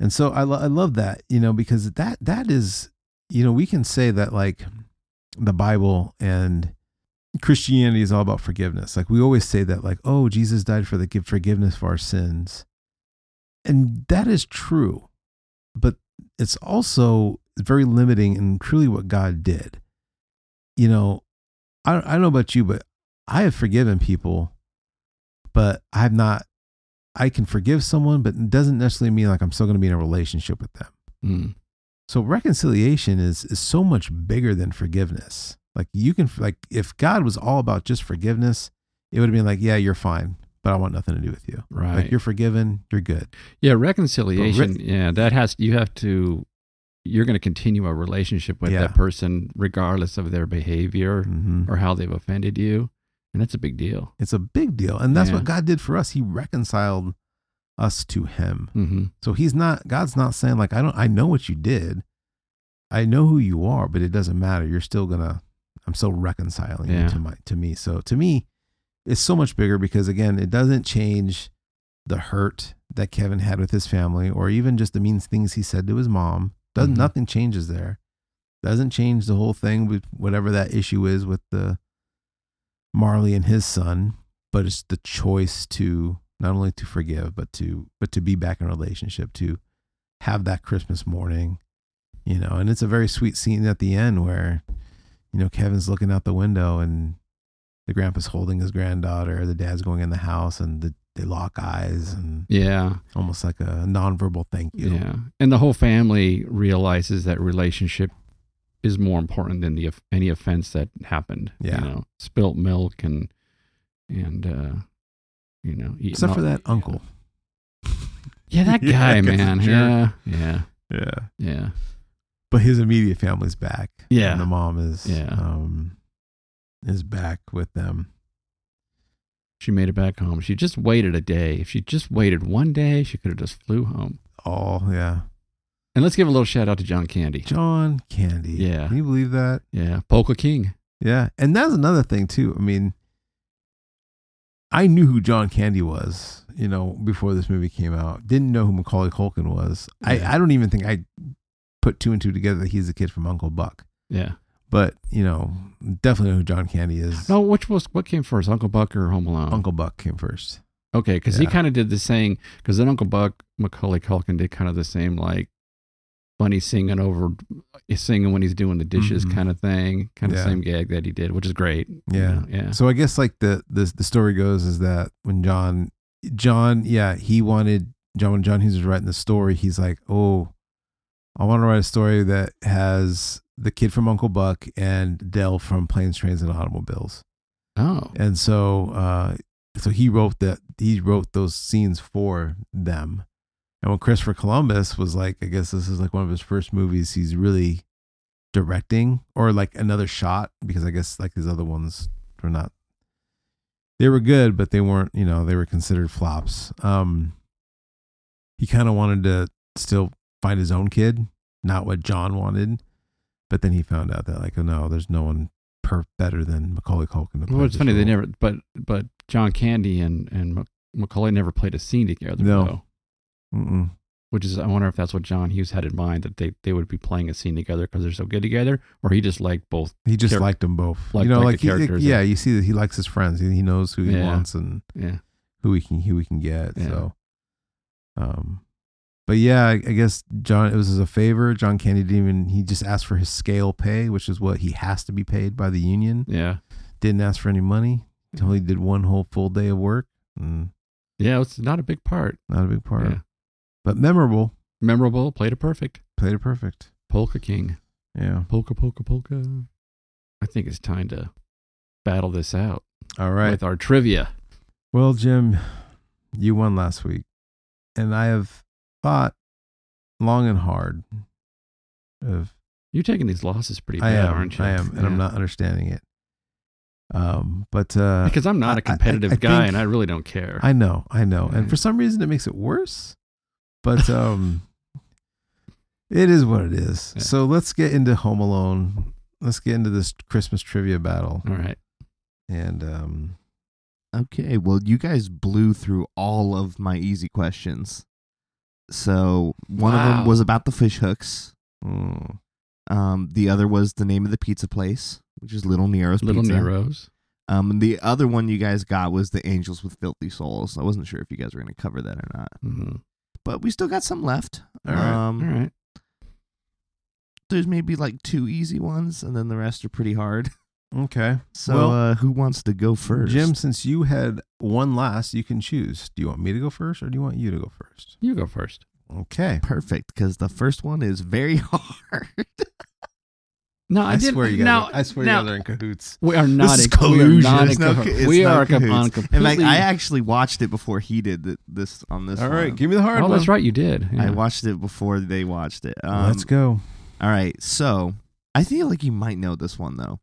Speaker 2: And so I, lo- I love that, you know, because that that is, you know, we can say that like the Bible and Christianity is all about forgiveness. Like we always say that like, oh, Jesus died for the give forgiveness for our sins. And that is true. But it's also very limiting and truly what God did. You know, I I don't know about you, but I have forgiven people, but I have not I can forgive someone, but it doesn't necessarily mean like I'm still going to be in a relationship with them.
Speaker 1: Mm,
Speaker 2: So reconciliation is is so much bigger than forgiveness. Like you can like if God was all about just forgiveness, it would have been like, yeah, you're fine, but I want nothing to do with you.
Speaker 1: right.
Speaker 2: Like you're forgiven, you're good.
Speaker 1: yeah, reconciliation. yeah, that has, you have to, you're going to continue a relationship with
Speaker 2: Yeah.
Speaker 1: that person regardless of their behavior
Speaker 2: Mhm.
Speaker 1: or how they've offended you. And that's a big deal.
Speaker 2: It's a big deal, and that's
Speaker 1: Yeah.
Speaker 2: what God did for us. He reconciled us to Him.
Speaker 1: Mm-hmm.
Speaker 2: So he's not God's not saying like I don't I know what you did. I know who you are, but it doesn't matter. You're still gonna I'm still reconciling
Speaker 1: Yeah.
Speaker 2: you to my to me. So to me, it's so much bigger because again, it doesn't change the hurt that Kevin had with his family or even just the mean things he said to his mom. Does
Speaker 1: Mhm.
Speaker 2: not nothing changes there. Doesn't change the whole thing with whatever that issue is with the Marley and his son, but it's the choice to not only to forgive, but to but to be back in a relationship, to have that Christmas morning, you know. And it's a very sweet scene at the end where, you know, Kevin's looking out the window and the grandpa's holding his granddaughter, the dad's going in the house, and the, they lock eyes and
Speaker 1: Yeah.
Speaker 2: almost like a nonverbal thank you.
Speaker 1: Yeah. And the whole family realizes that relationship is more important than the of- any offense that happened.
Speaker 2: Yeah.
Speaker 1: You know, spilt milk and, and, uh, you know, eating
Speaker 2: Except
Speaker 1: all-
Speaker 2: for that uncle.
Speaker 1: Yeah, that
Speaker 2: Yeah,
Speaker 1: guy,
Speaker 2: 'cause it's
Speaker 1: man. Yeah.
Speaker 2: jerk.
Speaker 1: Yeah.
Speaker 2: Yeah.
Speaker 1: Yeah.
Speaker 2: but his immediate family's back.
Speaker 1: Yeah.
Speaker 2: and the mom is
Speaker 1: Yeah.
Speaker 2: um is back with them.
Speaker 1: She made it back home. She just waited a day. If she just waited one day, she could have just flew home.
Speaker 2: Oh yeah,
Speaker 1: And let's give a little shout out to John Candy.
Speaker 2: John Candy.
Speaker 1: Yeah.
Speaker 2: can you believe that?
Speaker 1: Yeah, Polka King.
Speaker 2: Yeah, and that's another thing too. I mean, I knew who John Candy was, you know, before this movie came out. Didn't know who Macaulay Culkin was.
Speaker 1: Yeah.
Speaker 2: I, I don't even think I put two and two together that he's the kid from Uncle Buck.
Speaker 1: Yeah.
Speaker 2: But you know, definitely know who John Candy is.
Speaker 1: No, which was what came first, Uncle Buck or Home Alone?
Speaker 2: Uncle Buck came first.
Speaker 1: Okay, because he
Speaker 2: Yeah.
Speaker 1: kind of did the same. Because then Uncle Buck, Macaulay Culkin did kind of the same, like funny singing over, eh, singing when he's doing the dishes
Speaker 2: Mhm.
Speaker 1: kind of thing, kind of
Speaker 2: Yeah.
Speaker 1: same gag that he did, which is great. you
Speaker 2: Yeah.
Speaker 1: know, yeah,
Speaker 2: So I guess like the the the story goes is that when John John yeah he wanted John when John Hughes was writing the story he's like oh I want to write a story that has the kid from Uncle Buck and Dell from Planes Trains and Automobiles
Speaker 1: Oh,
Speaker 2: and so uh so he wrote that he wrote those scenes for them and when Christopher Columbus was like I guess this is like one of his first movies he's really directing or like another shot because I guess like his other ones were not they were good but they weren't you know they were considered flops um he kind of wanted to still find his own kid not what John wanted but then he found out that like oh no there's no one per better than Macaulay Culkin to play
Speaker 1: well, it's
Speaker 2: this
Speaker 1: funny they
Speaker 2: role.
Speaker 1: never, but but John Candy and and Mac- Macaulay never played a scene together.
Speaker 2: No.
Speaker 1: though,
Speaker 2: Mm-mm.
Speaker 1: which is I wonder if that's what John Hughes had in mind that they they would be playing a scene together because they're so good together, or he just liked both.
Speaker 2: He just
Speaker 1: Char-
Speaker 2: liked them both.
Speaker 1: liked-
Speaker 2: you know,
Speaker 1: like
Speaker 2: like,
Speaker 1: the
Speaker 2: he-
Speaker 1: characters
Speaker 2: yeah, you see that he likes his friends. He, he knows who he
Speaker 1: Yeah.
Speaker 2: wants and
Speaker 1: Yeah,
Speaker 2: who he can who he can get.
Speaker 1: Yeah.
Speaker 2: So, um, but yeah, I, I guess John it was as a favor. John Candy didn't even he just asked for his scale pay, which is what he has to be paid by the union.
Speaker 1: yeah,
Speaker 2: Didn't ask for any money. He
Speaker 1: Mm-hmm.
Speaker 2: only did one whole full day of work. Mm,
Speaker 1: yeah. It's not a big part.
Speaker 2: not a big part,
Speaker 1: Yeah.
Speaker 2: but memorable.
Speaker 1: Memorable, played it perfect.
Speaker 2: Played it perfect.
Speaker 1: Polka King.
Speaker 2: Yeah.
Speaker 1: Polka, polka, polka. I think it's time to battle this out
Speaker 2: All right.
Speaker 1: with our trivia.
Speaker 2: Well, Jim, you won last week, and I have thought long and hard of
Speaker 1: You're taking these losses pretty
Speaker 2: I
Speaker 1: bad,
Speaker 2: am,
Speaker 1: aren't you?
Speaker 2: I am, and
Speaker 1: Yeah.
Speaker 2: I'm not understanding it. Um, but uh,
Speaker 1: because I'm not a
Speaker 2: I- I- I
Speaker 1: competitive guy,
Speaker 2: think-
Speaker 1: and I really don't care.
Speaker 2: I know, I know, and
Speaker 1: Yeah.
Speaker 2: for some reason it makes it worse. But um, it is what it is.
Speaker 1: Yeah.
Speaker 2: So let's get into Home Alone. Let's get into this Christmas trivia battle,
Speaker 1: All right.
Speaker 2: and um,
Speaker 3: Okay, well, you guys blew through all of my easy questions. So one of
Speaker 1: Wow.
Speaker 3: them was about the fish hooks.
Speaker 2: mm,
Speaker 3: Um, the other was the name of the pizza place, which is Little Nero's
Speaker 1: Little
Speaker 3: Pizza.
Speaker 1: Nero's.
Speaker 3: Um, and the other one you guys got was the Angels with Filthy Souls. I wasn't sure if you guys were going to cover that or not,
Speaker 1: Mm-hmm.
Speaker 3: but we still got some left.
Speaker 2: All right,
Speaker 3: um,
Speaker 1: All right.
Speaker 3: There's maybe like two easy ones, and then the rest are pretty hard.
Speaker 2: okay,
Speaker 3: So
Speaker 2: Well-
Speaker 3: uh, who wants to go first?
Speaker 2: Jim, since you had one last, you can choose. Do you want me to go first or do you want you to go first?
Speaker 1: You go first.
Speaker 2: Okay.
Speaker 3: Perfect, because the first one is very hard.
Speaker 1: No, I,
Speaker 2: I,
Speaker 1: did.
Speaker 2: swear you guys
Speaker 1: now,
Speaker 2: are, I swear
Speaker 1: now,
Speaker 2: you guys are in cahoots.
Speaker 1: we are not.
Speaker 3: is
Speaker 1: in- we are not in
Speaker 3: collusion. It's no-
Speaker 1: cahoots.
Speaker 3: it's
Speaker 1: we
Speaker 3: no
Speaker 1: are com-
Speaker 3: cahoots.
Speaker 1: on
Speaker 3: In fact,
Speaker 1: completely.
Speaker 3: I actually watched it before he did th- this on this.
Speaker 2: All right,
Speaker 3: one.
Speaker 2: give me the hard
Speaker 1: oh,
Speaker 2: one.
Speaker 1: that's right. You did. Yeah.
Speaker 3: I watched it before they watched it. Um,
Speaker 2: Let's go.
Speaker 3: All right, so I feel like you might know this one though.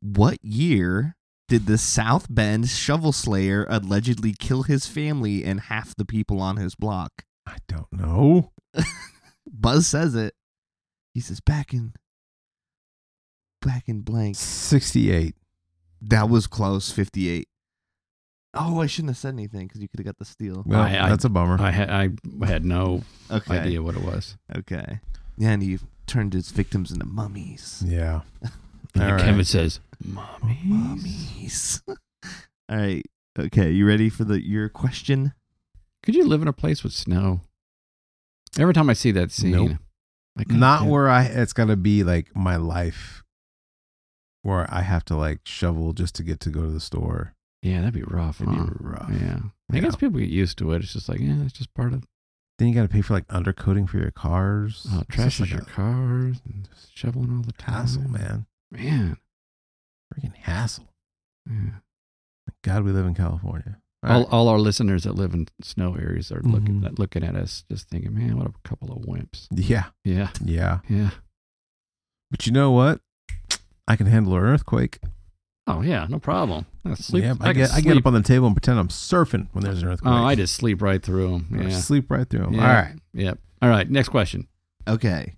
Speaker 3: What year did the South Bend Shovel Slayer allegedly kill his family and half the people on his block?
Speaker 2: I don't know.
Speaker 3: Buzz says it. He says back in, back in blank.
Speaker 2: 68.
Speaker 3: That was close. Fifty-eight. Oh, I shouldn't have said anything because you could have got the steal.
Speaker 2: Well,
Speaker 1: I- I-
Speaker 2: that's a bummer.
Speaker 1: I had. I had no
Speaker 3: Okay.
Speaker 1: idea what it was.
Speaker 3: Okay. Yeah, and he turned his victims into mummies.
Speaker 2: yeah.
Speaker 1: And
Speaker 2: All right.
Speaker 1: Kevin says, "Mommy."
Speaker 3: Mummies. All right. Okay, you ready for the your question?
Speaker 1: Could you live in a place with snow? Every time I see that scene,
Speaker 2: Nope.
Speaker 1: I kinda
Speaker 2: Not
Speaker 1: get-
Speaker 2: where I, it's got to be like my life where I have to like shovel just to get to go to the store.
Speaker 1: Yeah, that'd be rough.
Speaker 2: It'd be
Speaker 1: huh?
Speaker 2: rough.
Speaker 1: Yeah. I
Speaker 2: Yeah.
Speaker 1: guess people get used to it. It's just like, yeah, it's just part of
Speaker 2: Then you got to pay for like undercoating for your cars.
Speaker 1: oh,
Speaker 2: It's
Speaker 1: trash
Speaker 2: just
Speaker 1: is
Speaker 2: like
Speaker 1: your
Speaker 2: a
Speaker 1: cars and shoveling all the time.
Speaker 2: hassle, man.
Speaker 1: Man.
Speaker 2: Freaking hassle.
Speaker 1: Yeah.
Speaker 2: Thank God we live in California. All
Speaker 1: All,
Speaker 2: right.
Speaker 1: all our listeners that live in snow areas are looking
Speaker 2: Mhm.
Speaker 1: looking at us, just thinking, man, what a couple of wimps.
Speaker 2: Yeah.
Speaker 1: Yeah.
Speaker 2: Yeah.
Speaker 1: Yeah.
Speaker 2: But you know what? I can handle an earthquake.
Speaker 1: Oh yeah, no problem. I sleep.
Speaker 2: yeah,
Speaker 1: I,
Speaker 2: I, get,
Speaker 1: can
Speaker 2: I
Speaker 1: sleep.
Speaker 2: get up on the table and pretend I'm surfing when there's an earthquake.
Speaker 1: oh, I just sleep right through them.
Speaker 2: Or
Speaker 1: Yeah.
Speaker 2: Sleep right through 'em.
Speaker 1: Yeah.
Speaker 2: All right.
Speaker 1: Yep. All right. Next question.
Speaker 3: Okay.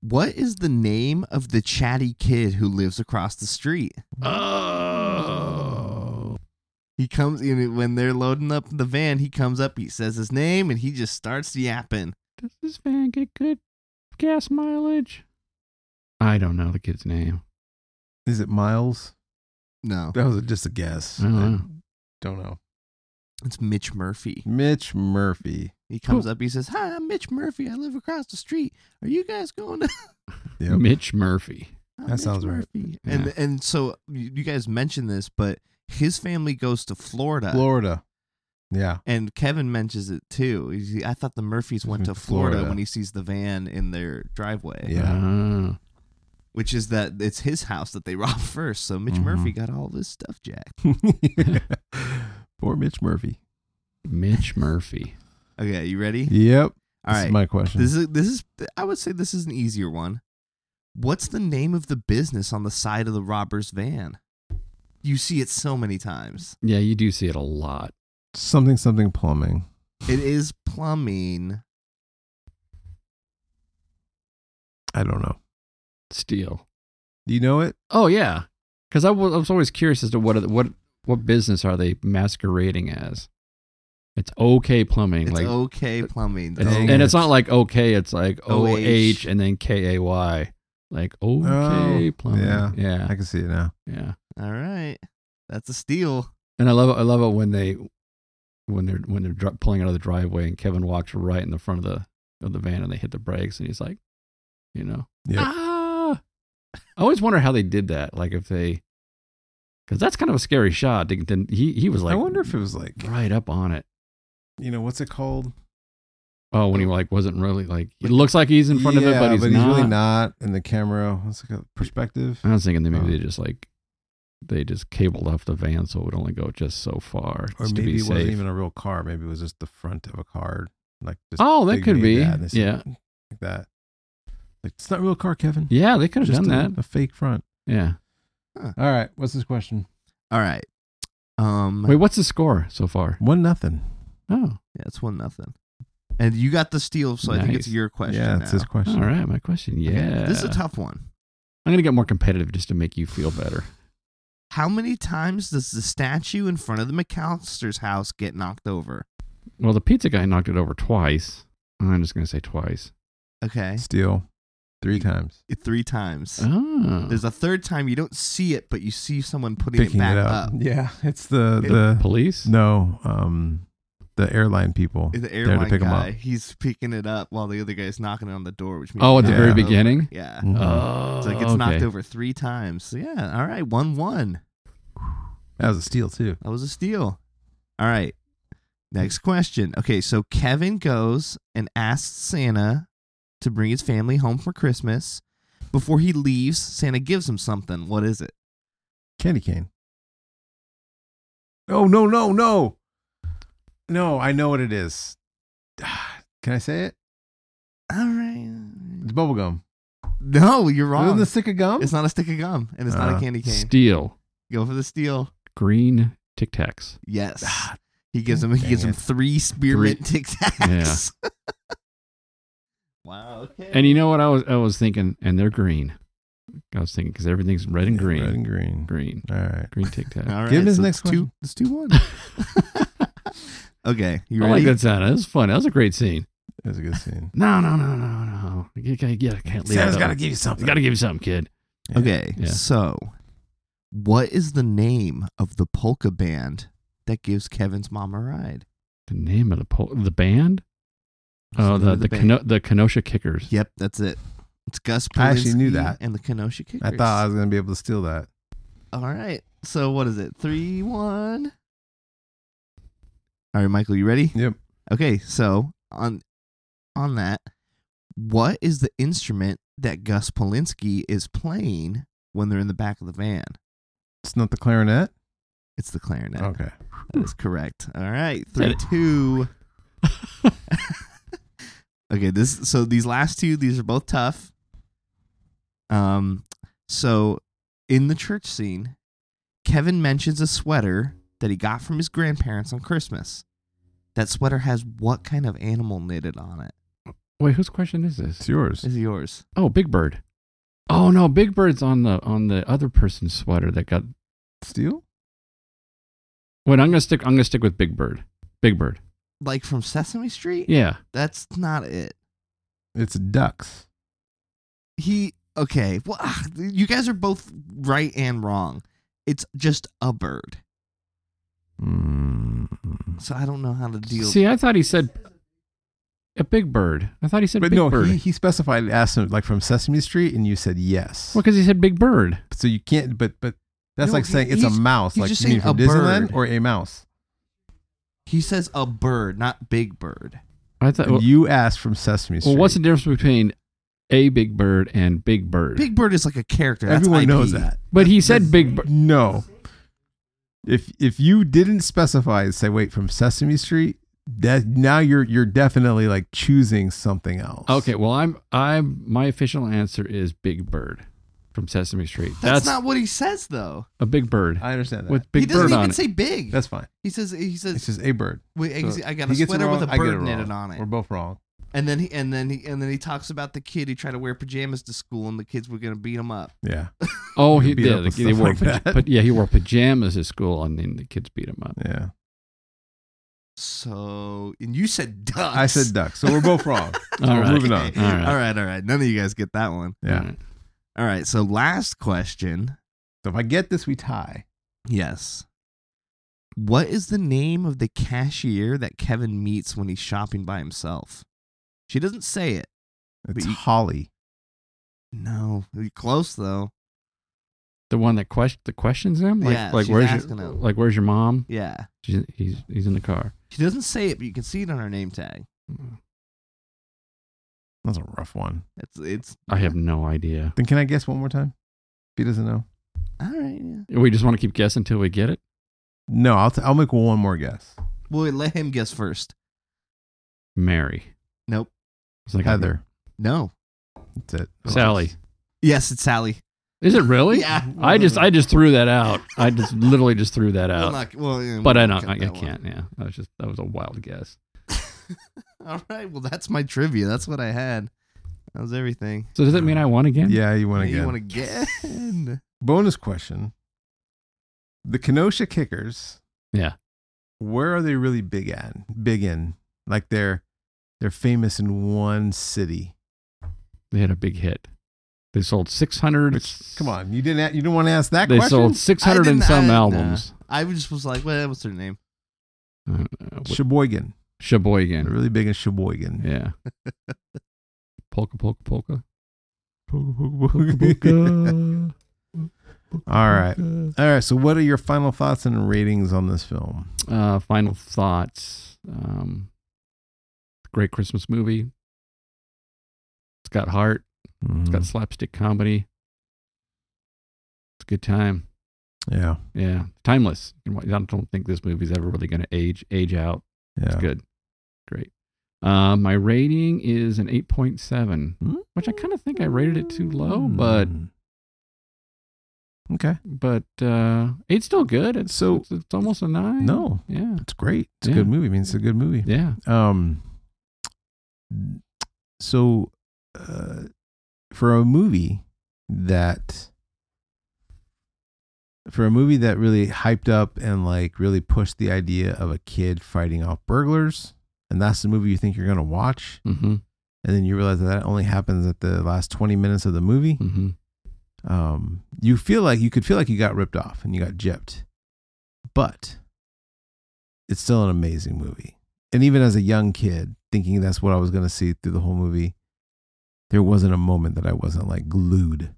Speaker 3: What is the name of the chatty kid who lives across the street?
Speaker 1: Oh.
Speaker 3: He comes in when they're loading up the van. He comes up, he says his name, and he just starts yapping.
Speaker 1: Does this van get good gas mileage? I don't know the kid's name.
Speaker 2: Is it Miles?
Speaker 3: No,
Speaker 2: That was just a guess.
Speaker 1: I don't know.
Speaker 2: don't know.
Speaker 3: it's Mitch Murphy.
Speaker 2: Mitch Murphy.
Speaker 3: He comes up, he says, "Hi, I'm Mitch Murphy. I live across the street. Are you guys going to?"
Speaker 2: Yep.
Speaker 1: Mitch Murphy.
Speaker 3: I'm
Speaker 2: That sounds right.
Speaker 3: Murphy." And
Speaker 1: Yeah.
Speaker 3: and so you you guys mentioned this, but his family goes to Florida,
Speaker 2: Florida. Yeah.
Speaker 3: and Kevin mentions it too. He's- I thought the Murphys went to Florida,
Speaker 2: Florida.
Speaker 3: when he sees the van in their driveway.
Speaker 2: Yeah.
Speaker 1: Oh.
Speaker 3: which is that it's his house that they robbed first. So Mitch
Speaker 2: Mhm.
Speaker 3: Murphy got all this stuff, Jack.
Speaker 1: Uh-huh.
Speaker 2: Poor Mitch Murphy.
Speaker 1: Mitch Murphy.
Speaker 3: Okay, you ready?
Speaker 2: Yep.
Speaker 3: all
Speaker 2: this
Speaker 3: right.
Speaker 2: is my question.
Speaker 3: this is this is I would say this is an easier one. What's the name of the business on the side of the robber's van? You see it so many times.
Speaker 1: Yeah, you do see it a lot.
Speaker 2: something something plumbing.
Speaker 3: It is plumbing.
Speaker 2: I don't know.
Speaker 1: Steel.
Speaker 2: Do you know it?
Speaker 1: Oh yeah, because I wa- I was always curious as to what are the- what what business are they masquerading as? It's OK Plumbing,
Speaker 3: It's
Speaker 1: like, uh,
Speaker 3: okay plumbing.
Speaker 1: it's-
Speaker 2: Dang
Speaker 3: Oh,
Speaker 1: and
Speaker 2: it.
Speaker 1: it's not like OK, it's like O
Speaker 3: OH.
Speaker 1: H and then K A Y, like OK
Speaker 2: Oh,
Speaker 1: Plumbing.
Speaker 2: yeah.
Speaker 1: yeah,
Speaker 2: I can see it now.
Speaker 1: yeah.
Speaker 3: all right. That's a steal.
Speaker 1: And I love it. I love it when they when they're when they're dri pulling out of the driveway and Kevin walks right in the front of the of the van and they hit the brakes and he's like, you know,
Speaker 2: Yep.
Speaker 1: ah. I always wonder how they did that. Like if they, because that's kind of a scary shot. Didn't- didn't- He he was like,
Speaker 2: I wonder if it was like
Speaker 1: right up on it.
Speaker 2: you know what's it called?
Speaker 1: Oh, when he like wasn't really like it looks like he's in front of it,
Speaker 2: Yeah,
Speaker 1: but he's, not.
Speaker 2: really not in the camera. What's it called? Perspective.
Speaker 1: I was thinking that maybe
Speaker 2: Oh.
Speaker 1: they just like they just cabled off the van so it would only go just so far
Speaker 2: Or
Speaker 1: just to
Speaker 2: maybe
Speaker 1: be
Speaker 2: it wasn't
Speaker 1: safe.
Speaker 2: even a real car. Maybe it was just the front of a car. Like just
Speaker 1: oh, that
Speaker 2: they
Speaker 1: could
Speaker 2: made
Speaker 1: be.
Speaker 2: that and they said,
Speaker 1: yeah,
Speaker 2: like that. Like it's not a real car, Kevin.
Speaker 1: yeah, they could have
Speaker 2: Just
Speaker 1: done
Speaker 2: a-
Speaker 1: that.
Speaker 2: A fake front.
Speaker 1: Yeah.
Speaker 2: All right. What's this question?
Speaker 3: All right. Um
Speaker 1: Wait, what's the score so far?
Speaker 2: One nothing.
Speaker 1: Oh,
Speaker 3: yeah, it's one nothing. And you got the steal, so I think it's
Speaker 1: Nice.
Speaker 3: your question.
Speaker 2: yeah, it's
Speaker 3: now.
Speaker 2: his question.
Speaker 1: all right. My question.
Speaker 3: Okay,
Speaker 1: Yeah,
Speaker 3: This is a tough one.
Speaker 1: I'm gonna get more competitive just to make you feel better.
Speaker 3: How many times does the statue in front of the McAllister's house get knocked over?
Speaker 1: Well, the pizza guy knocked it over twice. I'm just gonna say twice.
Speaker 3: Okay.
Speaker 2: Steal three times.
Speaker 3: Three times.
Speaker 1: Oh,
Speaker 3: There's a third time you don't see it, but you see someone putting
Speaker 2: Picking
Speaker 3: it back
Speaker 2: it
Speaker 3: up.
Speaker 2: up. Yeah, it's the
Speaker 3: It-
Speaker 2: the
Speaker 1: police.
Speaker 2: no um the airline people.
Speaker 3: The
Speaker 2: to
Speaker 3: airline
Speaker 2: pick 'em
Speaker 3: guy,
Speaker 2: up.
Speaker 3: he's picking it up while the other guy's knocking it on the door, which means
Speaker 1: Oh, at
Speaker 3: he
Speaker 1: the
Speaker 3: knocked
Speaker 2: very
Speaker 3: it over.
Speaker 1: beginning?
Speaker 3: Yeah.
Speaker 2: Mhm.
Speaker 1: Oh,
Speaker 3: So it gets knocked over three times. So yeah, all right, one one.
Speaker 2: that was a steal too.
Speaker 3: That was a steal. All right. Next question. Okay, so Kevin goes and asks Santa to bring his family home for Christmas. Before he leaves, Santa gives him something. What is it?
Speaker 2: Candy cane. Oh no no no, no! I know what it is. Can I say it?
Speaker 3: All right.
Speaker 2: It's bubble gum.
Speaker 3: No, you're
Speaker 2: Isn't
Speaker 3: wrong.
Speaker 2: the stick of gum?
Speaker 3: It's not a stick of gum, and it's not
Speaker 2: Uh,
Speaker 3: a candy cane.
Speaker 1: Steel,
Speaker 3: Go for the steal.
Speaker 1: green Tic Tacs.
Speaker 3: Yes.
Speaker 2: Ah,
Speaker 3: He gives him. He
Speaker 2: dang
Speaker 3: gives him
Speaker 2: it.
Speaker 3: three spearmint Tic Tacs. wow. Okay.
Speaker 1: And you know what I was I was thinking, and they're green. I was thinking because everything's red and green,
Speaker 2: Red and green.
Speaker 1: green,
Speaker 2: All right.
Speaker 1: green Tic Tac.
Speaker 3: All right.
Speaker 2: Give him his
Speaker 3: so
Speaker 2: next
Speaker 3: it's two.
Speaker 2: question.
Speaker 3: It's two one. okay. You
Speaker 1: I
Speaker 3: ready?
Speaker 1: like Oh, that sound. That was fun. That was a great scene.
Speaker 2: That was a good scene.
Speaker 1: No, no, no, no, no. You gotta, yeah, I can't leave.
Speaker 2: Santa's
Speaker 1: it
Speaker 2: got to
Speaker 1: up.
Speaker 2: give you something.
Speaker 1: You gotta give you something, kid.
Speaker 2: Yeah.
Speaker 3: Okay.
Speaker 1: Yeah.
Speaker 3: So, what is the name of the polka band that gives Kevin's mom a ride?
Speaker 1: The name of the pol- the band?
Speaker 3: the
Speaker 1: Oh,
Speaker 3: name
Speaker 1: the
Speaker 3: of the
Speaker 1: the,
Speaker 3: band?
Speaker 1: Keno- the Kenosha Kickers.
Speaker 3: Yep, that's it. It's Gus. Polinski
Speaker 2: I actually knew that.
Speaker 3: And the Kenosha Kickers.
Speaker 2: I thought I was gonna be able to steal that.
Speaker 3: All right. So what is it? Three one. All right, Michael, you ready?
Speaker 2: Yep.
Speaker 3: Okay. So on on that, what is the instrument that Gus Polinski is playing when they're in the back of the van?
Speaker 2: It's not the clarinet.
Speaker 3: It's the clarinet.
Speaker 2: Okay.
Speaker 3: That is correct. All right, three
Speaker 1: Said
Speaker 3: two. okay, this so these last two these are both tough. Um, so in the church scene, Kevin mentions a sweater that he got from his grandparents on Christmas. That sweater has what kind of animal knitted on it?
Speaker 1: Wait, whose question is this?
Speaker 2: It's yours.
Speaker 3: Is yours?
Speaker 1: Oh, Big Bird. Oh no, Big Bird's on the on the other person's sweater that got.
Speaker 2: Steel?
Speaker 1: Wait, I'm gonna stick. I'm gonna stick with Big Bird. Big Bird.
Speaker 3: Like from Sesame Street?
Speaker 1: Yeah.
Speaker 3: That's not it.
Speaker 2: It's ducks.
Speaker 3: He okay. Well, ah, you guys are both right and wrong. It's just a bird.
Speaker 1: Hmm.
Speaker 2: Mm.
Speaker 3: So I don't know how to deal.
Speaker 1: See, I thought he said a Big Bird. I thought he said
Speaker 2: But
Speaker 1: Big
Speaker 2: no,
Speaker 1: Bird.
Speaker 2: he, he specified asked him like from Sesame Street, and you said yes.
Speaker 1: Well, because he said Big Bird.
Speaker 2: So you can't. But but that's
Speaker 3: No,
Speaker 2: like
Speaker 3: he-
Speaker 2: saying it's a
Speaker 3: he's-
Speaker 2: mouse.
Speaker 3: he's
Speaker 2: Like
Speaker 3: just
Speaker 2: you mean
Speaker 3: saying
Speaker 2: from
Speaker 3: a
Speaker 2: Disneyland
Speaker 3: bird.
Speaker 2: or a mouse?
Speaker 3: he says a bird, not big bird.
Speaker 1: I thought.
Speaker 2: And
Speaker 1: Well,
Speaker 2: you asked from Sesame Street.
Speaker 1: well, what's the difference between a Big Bird and Big Bird?
Speaker 3: Big bird is like a character. That's
Speaker 2: Everyone
Speaker 3: IP.
Speaker 2: knows that.
Speaker 1: but he said Big Bird.
Speaker 2: No. If if you didn't specify and say wait from Sesame Street, that now you're you're definitely like choosing something else.
Speaker 1: Okay. Well, I'm. I'm. My official answer is Big Bird from Sesame Street.
Speaker 3: That's,
Speaker 1: That's,
Speaker 3: not what he says though.
Speaker 1: a Big Bird
Speaker 2: I understand that.
Speaker 1: with Big
Speaker 3: he doesn't
Speaker 1: Bird
Speaker 3: even
Speaker 1: on it.
Speaker 3: say big.
Speaker 2: That's fine.
Speaker 3: he says he
Speaker 2: It's
Speaker 3: says
Speaker 2: just a bird.
Speaker 3: wait,
Speaker 2: So
Speaker 3: I got
Speaker 2: he
Speaker 3: a
Speaker 2: gets it
Speaker 3: sweater with a
Speaker 2: wrong, I get it
Speaker 3: bird knitted
Speaker 2: wrong.
Speaker 3: on it.
Speaker 2: We're both wrong.
Speaker 3: And then he and then he and then he talks about the kid who tried to wear pajamas to school and the kids were gonna beat him up.
Speaker 2: Yeah.
Speaker 1: Oh,
Speaker 2: They
Speaker 1: he
Speaker 2: beat up
Speaker 1: did.
Speaker 2: with
Speaker 1: He
Speaker 2: stuff
Speaker 1: wore,
Speaker 2: like
Speaker 1: paj-
Speaker 2: that.
Speaker 1: but yeah, he wore pajamas at school, and then the kids beat him up.
Speaker 2: Yeah.
Speaker 3: So and you said ducks.
Speaker 2: I said duck. So we're both wrong.
Speaker 1: All
Speaker 2: we're
Speaker 1: right.
Speaker 2: moving on.
Speaker 3: Okay.
Speaker 1: All right.
Speaker 3: All right, all right. None of you guys get that one.
Speaker 2: Yeah.
Speaker 1: Alright.
Speaker 3: All right, so last question.
Speaker 2: So if I get this, we tie.
Speaker 3: Yes. What is the name of the cashier that Kevin meets when he's shopping by himself? She doesn't say it.
Speaker 2: It's
Speaker 3: you-
Speaker 2: Holly.
Speaker 3: No. You're Close though.
Speaker 1: The one that question the questions him, like,
Speaker 3: Yeah,
Speaker 1: like
Speaker 3: she's
Speaker 1: where's
Speaker 3: asking
Speaker 1: your,
Speaker 3: him.
Speaker 1: like where's your mom?
Speaker 3: Yeah.
Speaker 1: She's, he's he's in the car.
Speaker 3: She doesn't say it, but you can see it on her name tag.
Speaker 2: That's a rough one.
Speaker 3: It's it's
Speaker 1: I have no idea.
Speaker 2: Then can I guess one more time? If he doesn't know.
Speaker 3: all right, yeah.
Speaker 1: We just want to keep guessing until we get it.
Speaker 2: No, I'll t- I'll make one more guess.
Speaker 3: Well, wait, let him guess first.
Speaker 1: Mary.
Speaker 3: Nope.
Speaker 1: It's like
Speaker 2: Heather.
Speaker 3: No.
Speaker 2: That's it.
Speaker 1: Sally.
Speaker 3: Yes, it's Sally.
Speaker 1: Is it really?
Speaker 3: Yeah.
Speaker 1: I just I just threw that out. I just literally just threw that
Speaker 3: We'll
Speaker 1: out.
Speaker 3: not- well, yeah,
Speaker 1: but
Speaker 3: we'll
Speaker 1: I don't.
Speaker 3: cut
Speaker 1: I, I
Speaker 3: that one.
Speaker 1: can't. Yeah. That was just that was a wild guess.
Speaker 3: All right. Well, that's my trivia. That's what I had. That was everything.
Speaker 1: So does that mean I won again?
Speaker 2: Uh, Yeah, you went
Speaker 3: Hey,
Speaker 2: again.
Speaker 3: You want again?
Speaker 2: Bonus question. The Kenosha Kickers,
Speaker 1: Yeah.
Speaker 2: where are they really big at? Big in. Like they're they're famous in one city.
Speaker 1: They had a big hit. They sold six hundred.
Speaker 2: Which come on, you didn't a- you didn't want to ask that
Speaker 1: They
Speaker 2: question.
Speaker 1: sold six
Speaker 3: I
Speaker 1: hundred
Speaker 3: didn't-
Speaker 1: and some
Speaker 3: I-
Speaker 1: albums.
Speaker 3: I was just was like, well, what's her name?
Speaker 1: Uh, uh,
Speaker 2: Sheboygan.
Speaker 1: Sheboygan.
Speaker 2: They're really big in Sheboygan.
Speaker 1: Yeah. polka, polka, polka.
Speaker 2: All right. All right. So what are your final thoughts and ratings on this film?
Speaker 1: Uh, final thoughts. Um, great Christmas movie. It's got heart. It's
Speaker 2: Mm.
Speaker 1: got slapstick comedy. It's a good time.
Speaker 2: Yeah.
Speaker 1: Yeah, timeless. You know, I don't think this movie's ever really going to age age out.
Speaker 2: Yeah.
Speaker 1: It's good. Great. Uh, my rating is an 8.7, which I kind of think I rated it too low, but
Speaker 2: Mm. Okay.
Speaker 1: but uh, it's still good. It's
Speaker 2: So-
Speaker 1: it's, it's almost a nine.
Speaker 2: No.
Speaker 1: Yeah.
Speaker 2: It's great. It's
Speaker 1: Mm-hmm. Yeah.
Speaker 2: a good movie. I mean, it's a good movie.
Speaker 1: Yeah.
Speaker 2: Um, so, uh, for a movie that, for a movie that really hyped up and like really pushed the idea of a kid fighting off burglars, and that's the movie you think you're gonna watch,
Speaker 1: Mm-hmm.
Speaker 2: and then you realize that that only happens at the last 20 minutes of the movie.
Speaker 1: Mm-hmm.
Speaker 2: Um, you feel like you could feel like you got ripped off and you got gypped, but it's still an amazing movie. And even as a young kid, thinking that's what I was going to see through the whole movie, there wasn't a moment that I wasn't like glued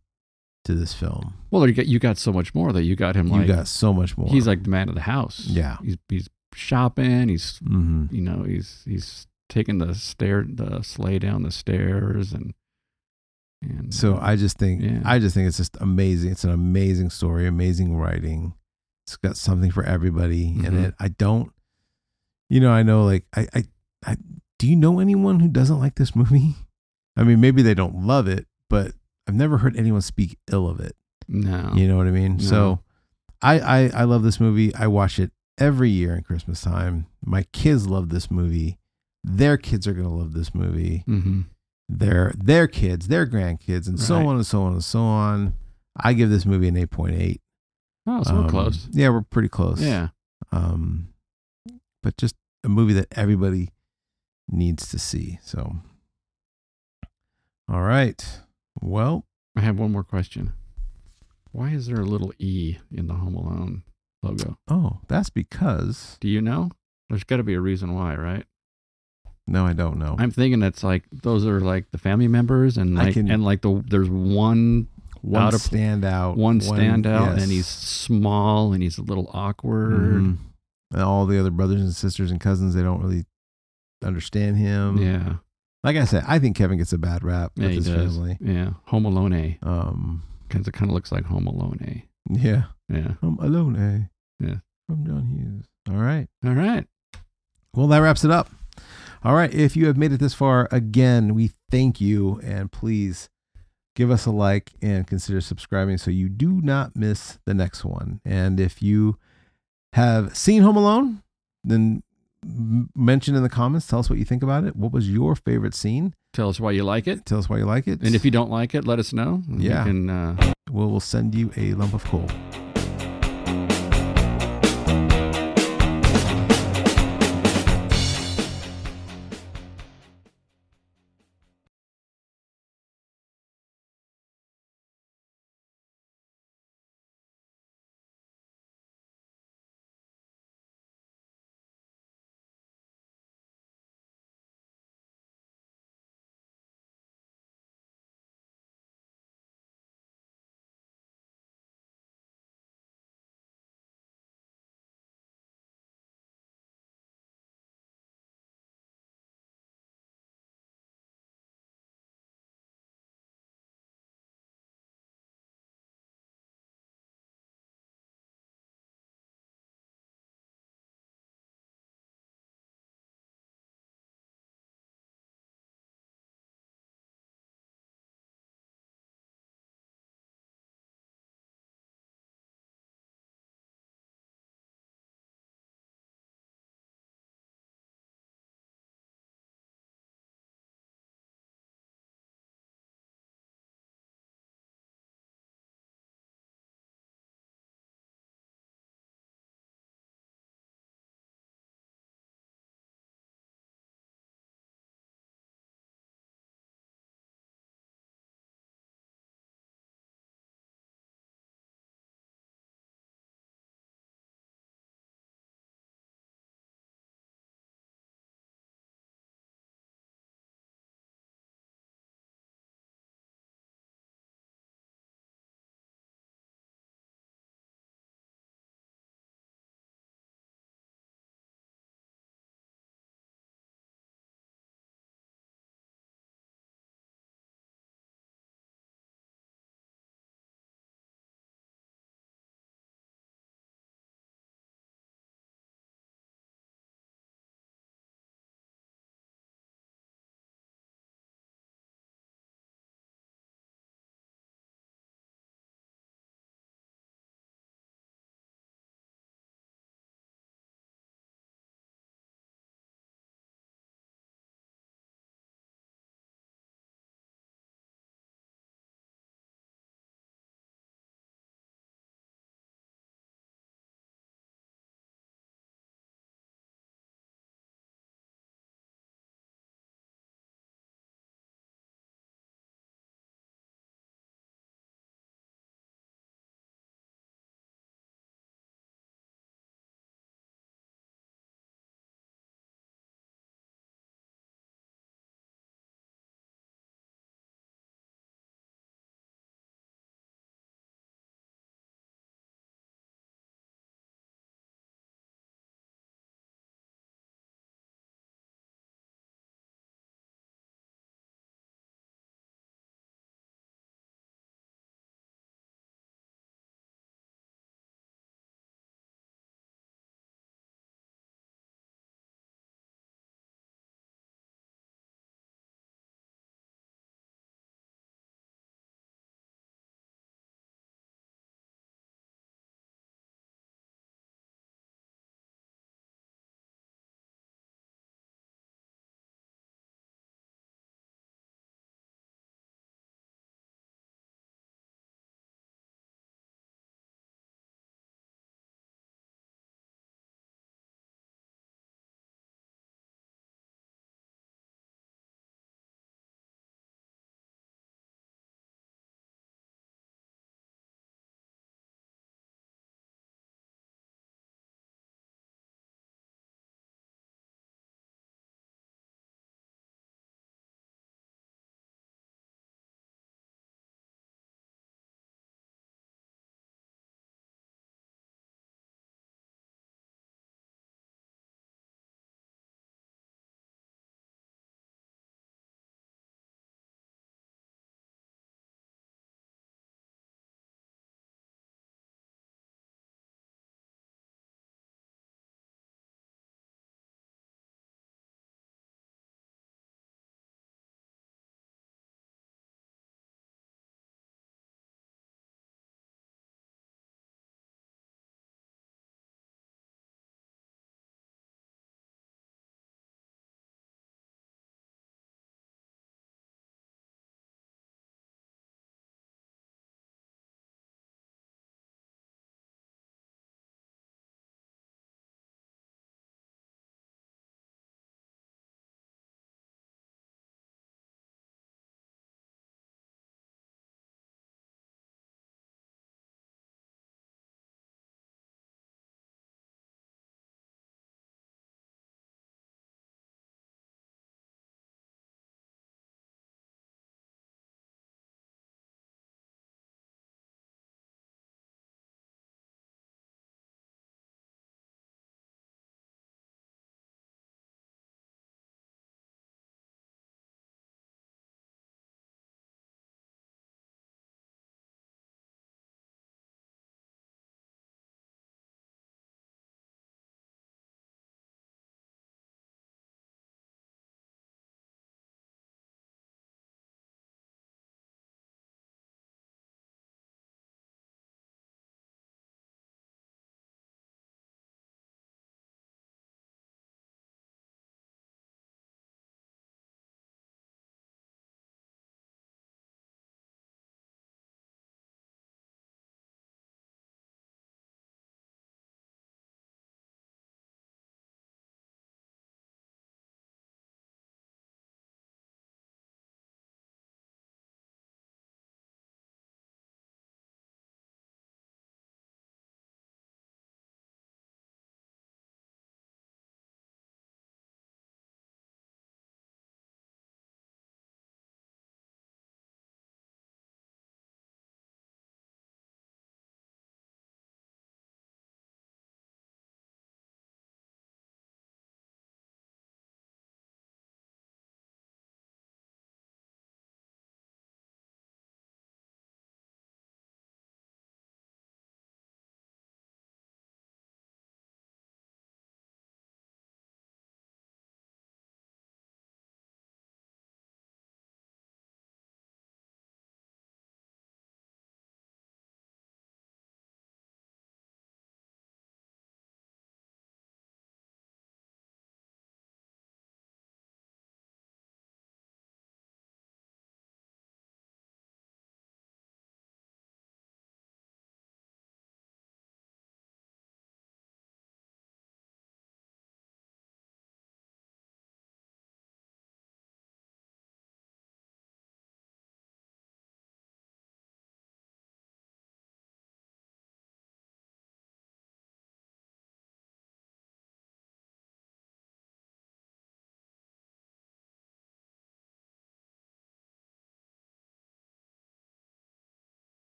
Speaker 2: to this film.
Speaker 1: Well, you got you got so much more that you got him like
Speaker 2: you got so much more.
Speaker 1: he's like the man of the house.
Speaker 2: Yeah.
Speaker 1: He's he's shopping. He's
Speaker 2: hmm
Speaker 1: you know he's he's taking the stair the sleigh down the stairs and and
Speaker 2: So I just think
Speaker 1: Yeah.
Speaker 2: I just think it's just amazing. It's an amazing story, amazing writing. It's got something for everybody in
Speaker 1: Mhm.
Speaker 2: it. I don't you know, I know like I, I I do you know anyone who doesn't like this movie? I mean, maybe they don't love it, but I've never heard anyone speak ill of it.
Speaker 1: no
Speaker 2: You know what I mean?
Speaker 1: No.
Speaker 2: So I, I I love this movie. I watch it every year in Christmas time. My kids love this movie. Their kids are gonna love this movie.
Speaker 1: Mm-hmm.
Speaker 2: Their their kids, their grandkids, and so
Speaker 1: Right.
Speaker 2: on and so on and so on. I give this movie an eight point eight.
Speaker 1: Oh, so
Speaker 2: Um,
Speaker 1: we're close.
Speaker 2: Yeah, we're pretty close.
Speaker 1: Yeah.
Speaker 2: Um, but just a movie that everybody needs to see. So, all right. Well,
Speaker 1: I have one more question. Why is there a little E in the Home Alone logo?
Speaker 2: oh, that's because
Speaker 1: Do you know? There's got to be a reason why, right?
Speaker 2: no, I don't know.
Speaker 1: I'm thinking it's like those are like the family members and
Speaker 2: Oh. I
Speaker 1: like
Speaker 2: can-
Speaker 1: and like the there's one
Speaker 2: one
Speaker 1: out of-
Speaker 2: standout,
Speaker 1: one standout
Speaker 2: Oh, yes.
Speaker 1: and he's small and he's a little awkward.
Speaker 2: Mhm. And all the other brothers and sisters and cousins, they don't really understand him.
Speaker 1: Yeah,
Speaker 2: Like I said, I think Kevin gets a bad rap
Speaker 1: yeah,
Speaker 2: with
Speaker 1: he
Speaker 2: Mm-hmm. his
Speaker 1: does.
Speaker 2: family.
Speaker 1: Yeah, Home Alone A
Speaker 2: Um,
Speaker 1: because it kind of looks like Home Alone
Speaker 2: yeah,
Speaker 1: A. Yeah.
Speaker 2: I'm alone, eh?
Speaker 1: Yeah.
Speaker 2: I'm John Hughes. All right.
Speaker 1: All right.
Speaker 2: Well, that wraps it up. All right. If you have made it this far, again, we thank you. And please give us a like and consider subscribing so you do not miss the next one. And if you have seen Home Alone, then m- mention in the comments. Tell us what you think about it. What was your favorite scene?
Speaker 1: Tell us why you like it,
Speaker 2: Tell us why you like it.
Speaker 1: and if you don't like it, let us know. and we
Speaker 2: Yeah.
Speaker 1: can, uh,
Speaker 2: we'll, we'll send you a lump of coal.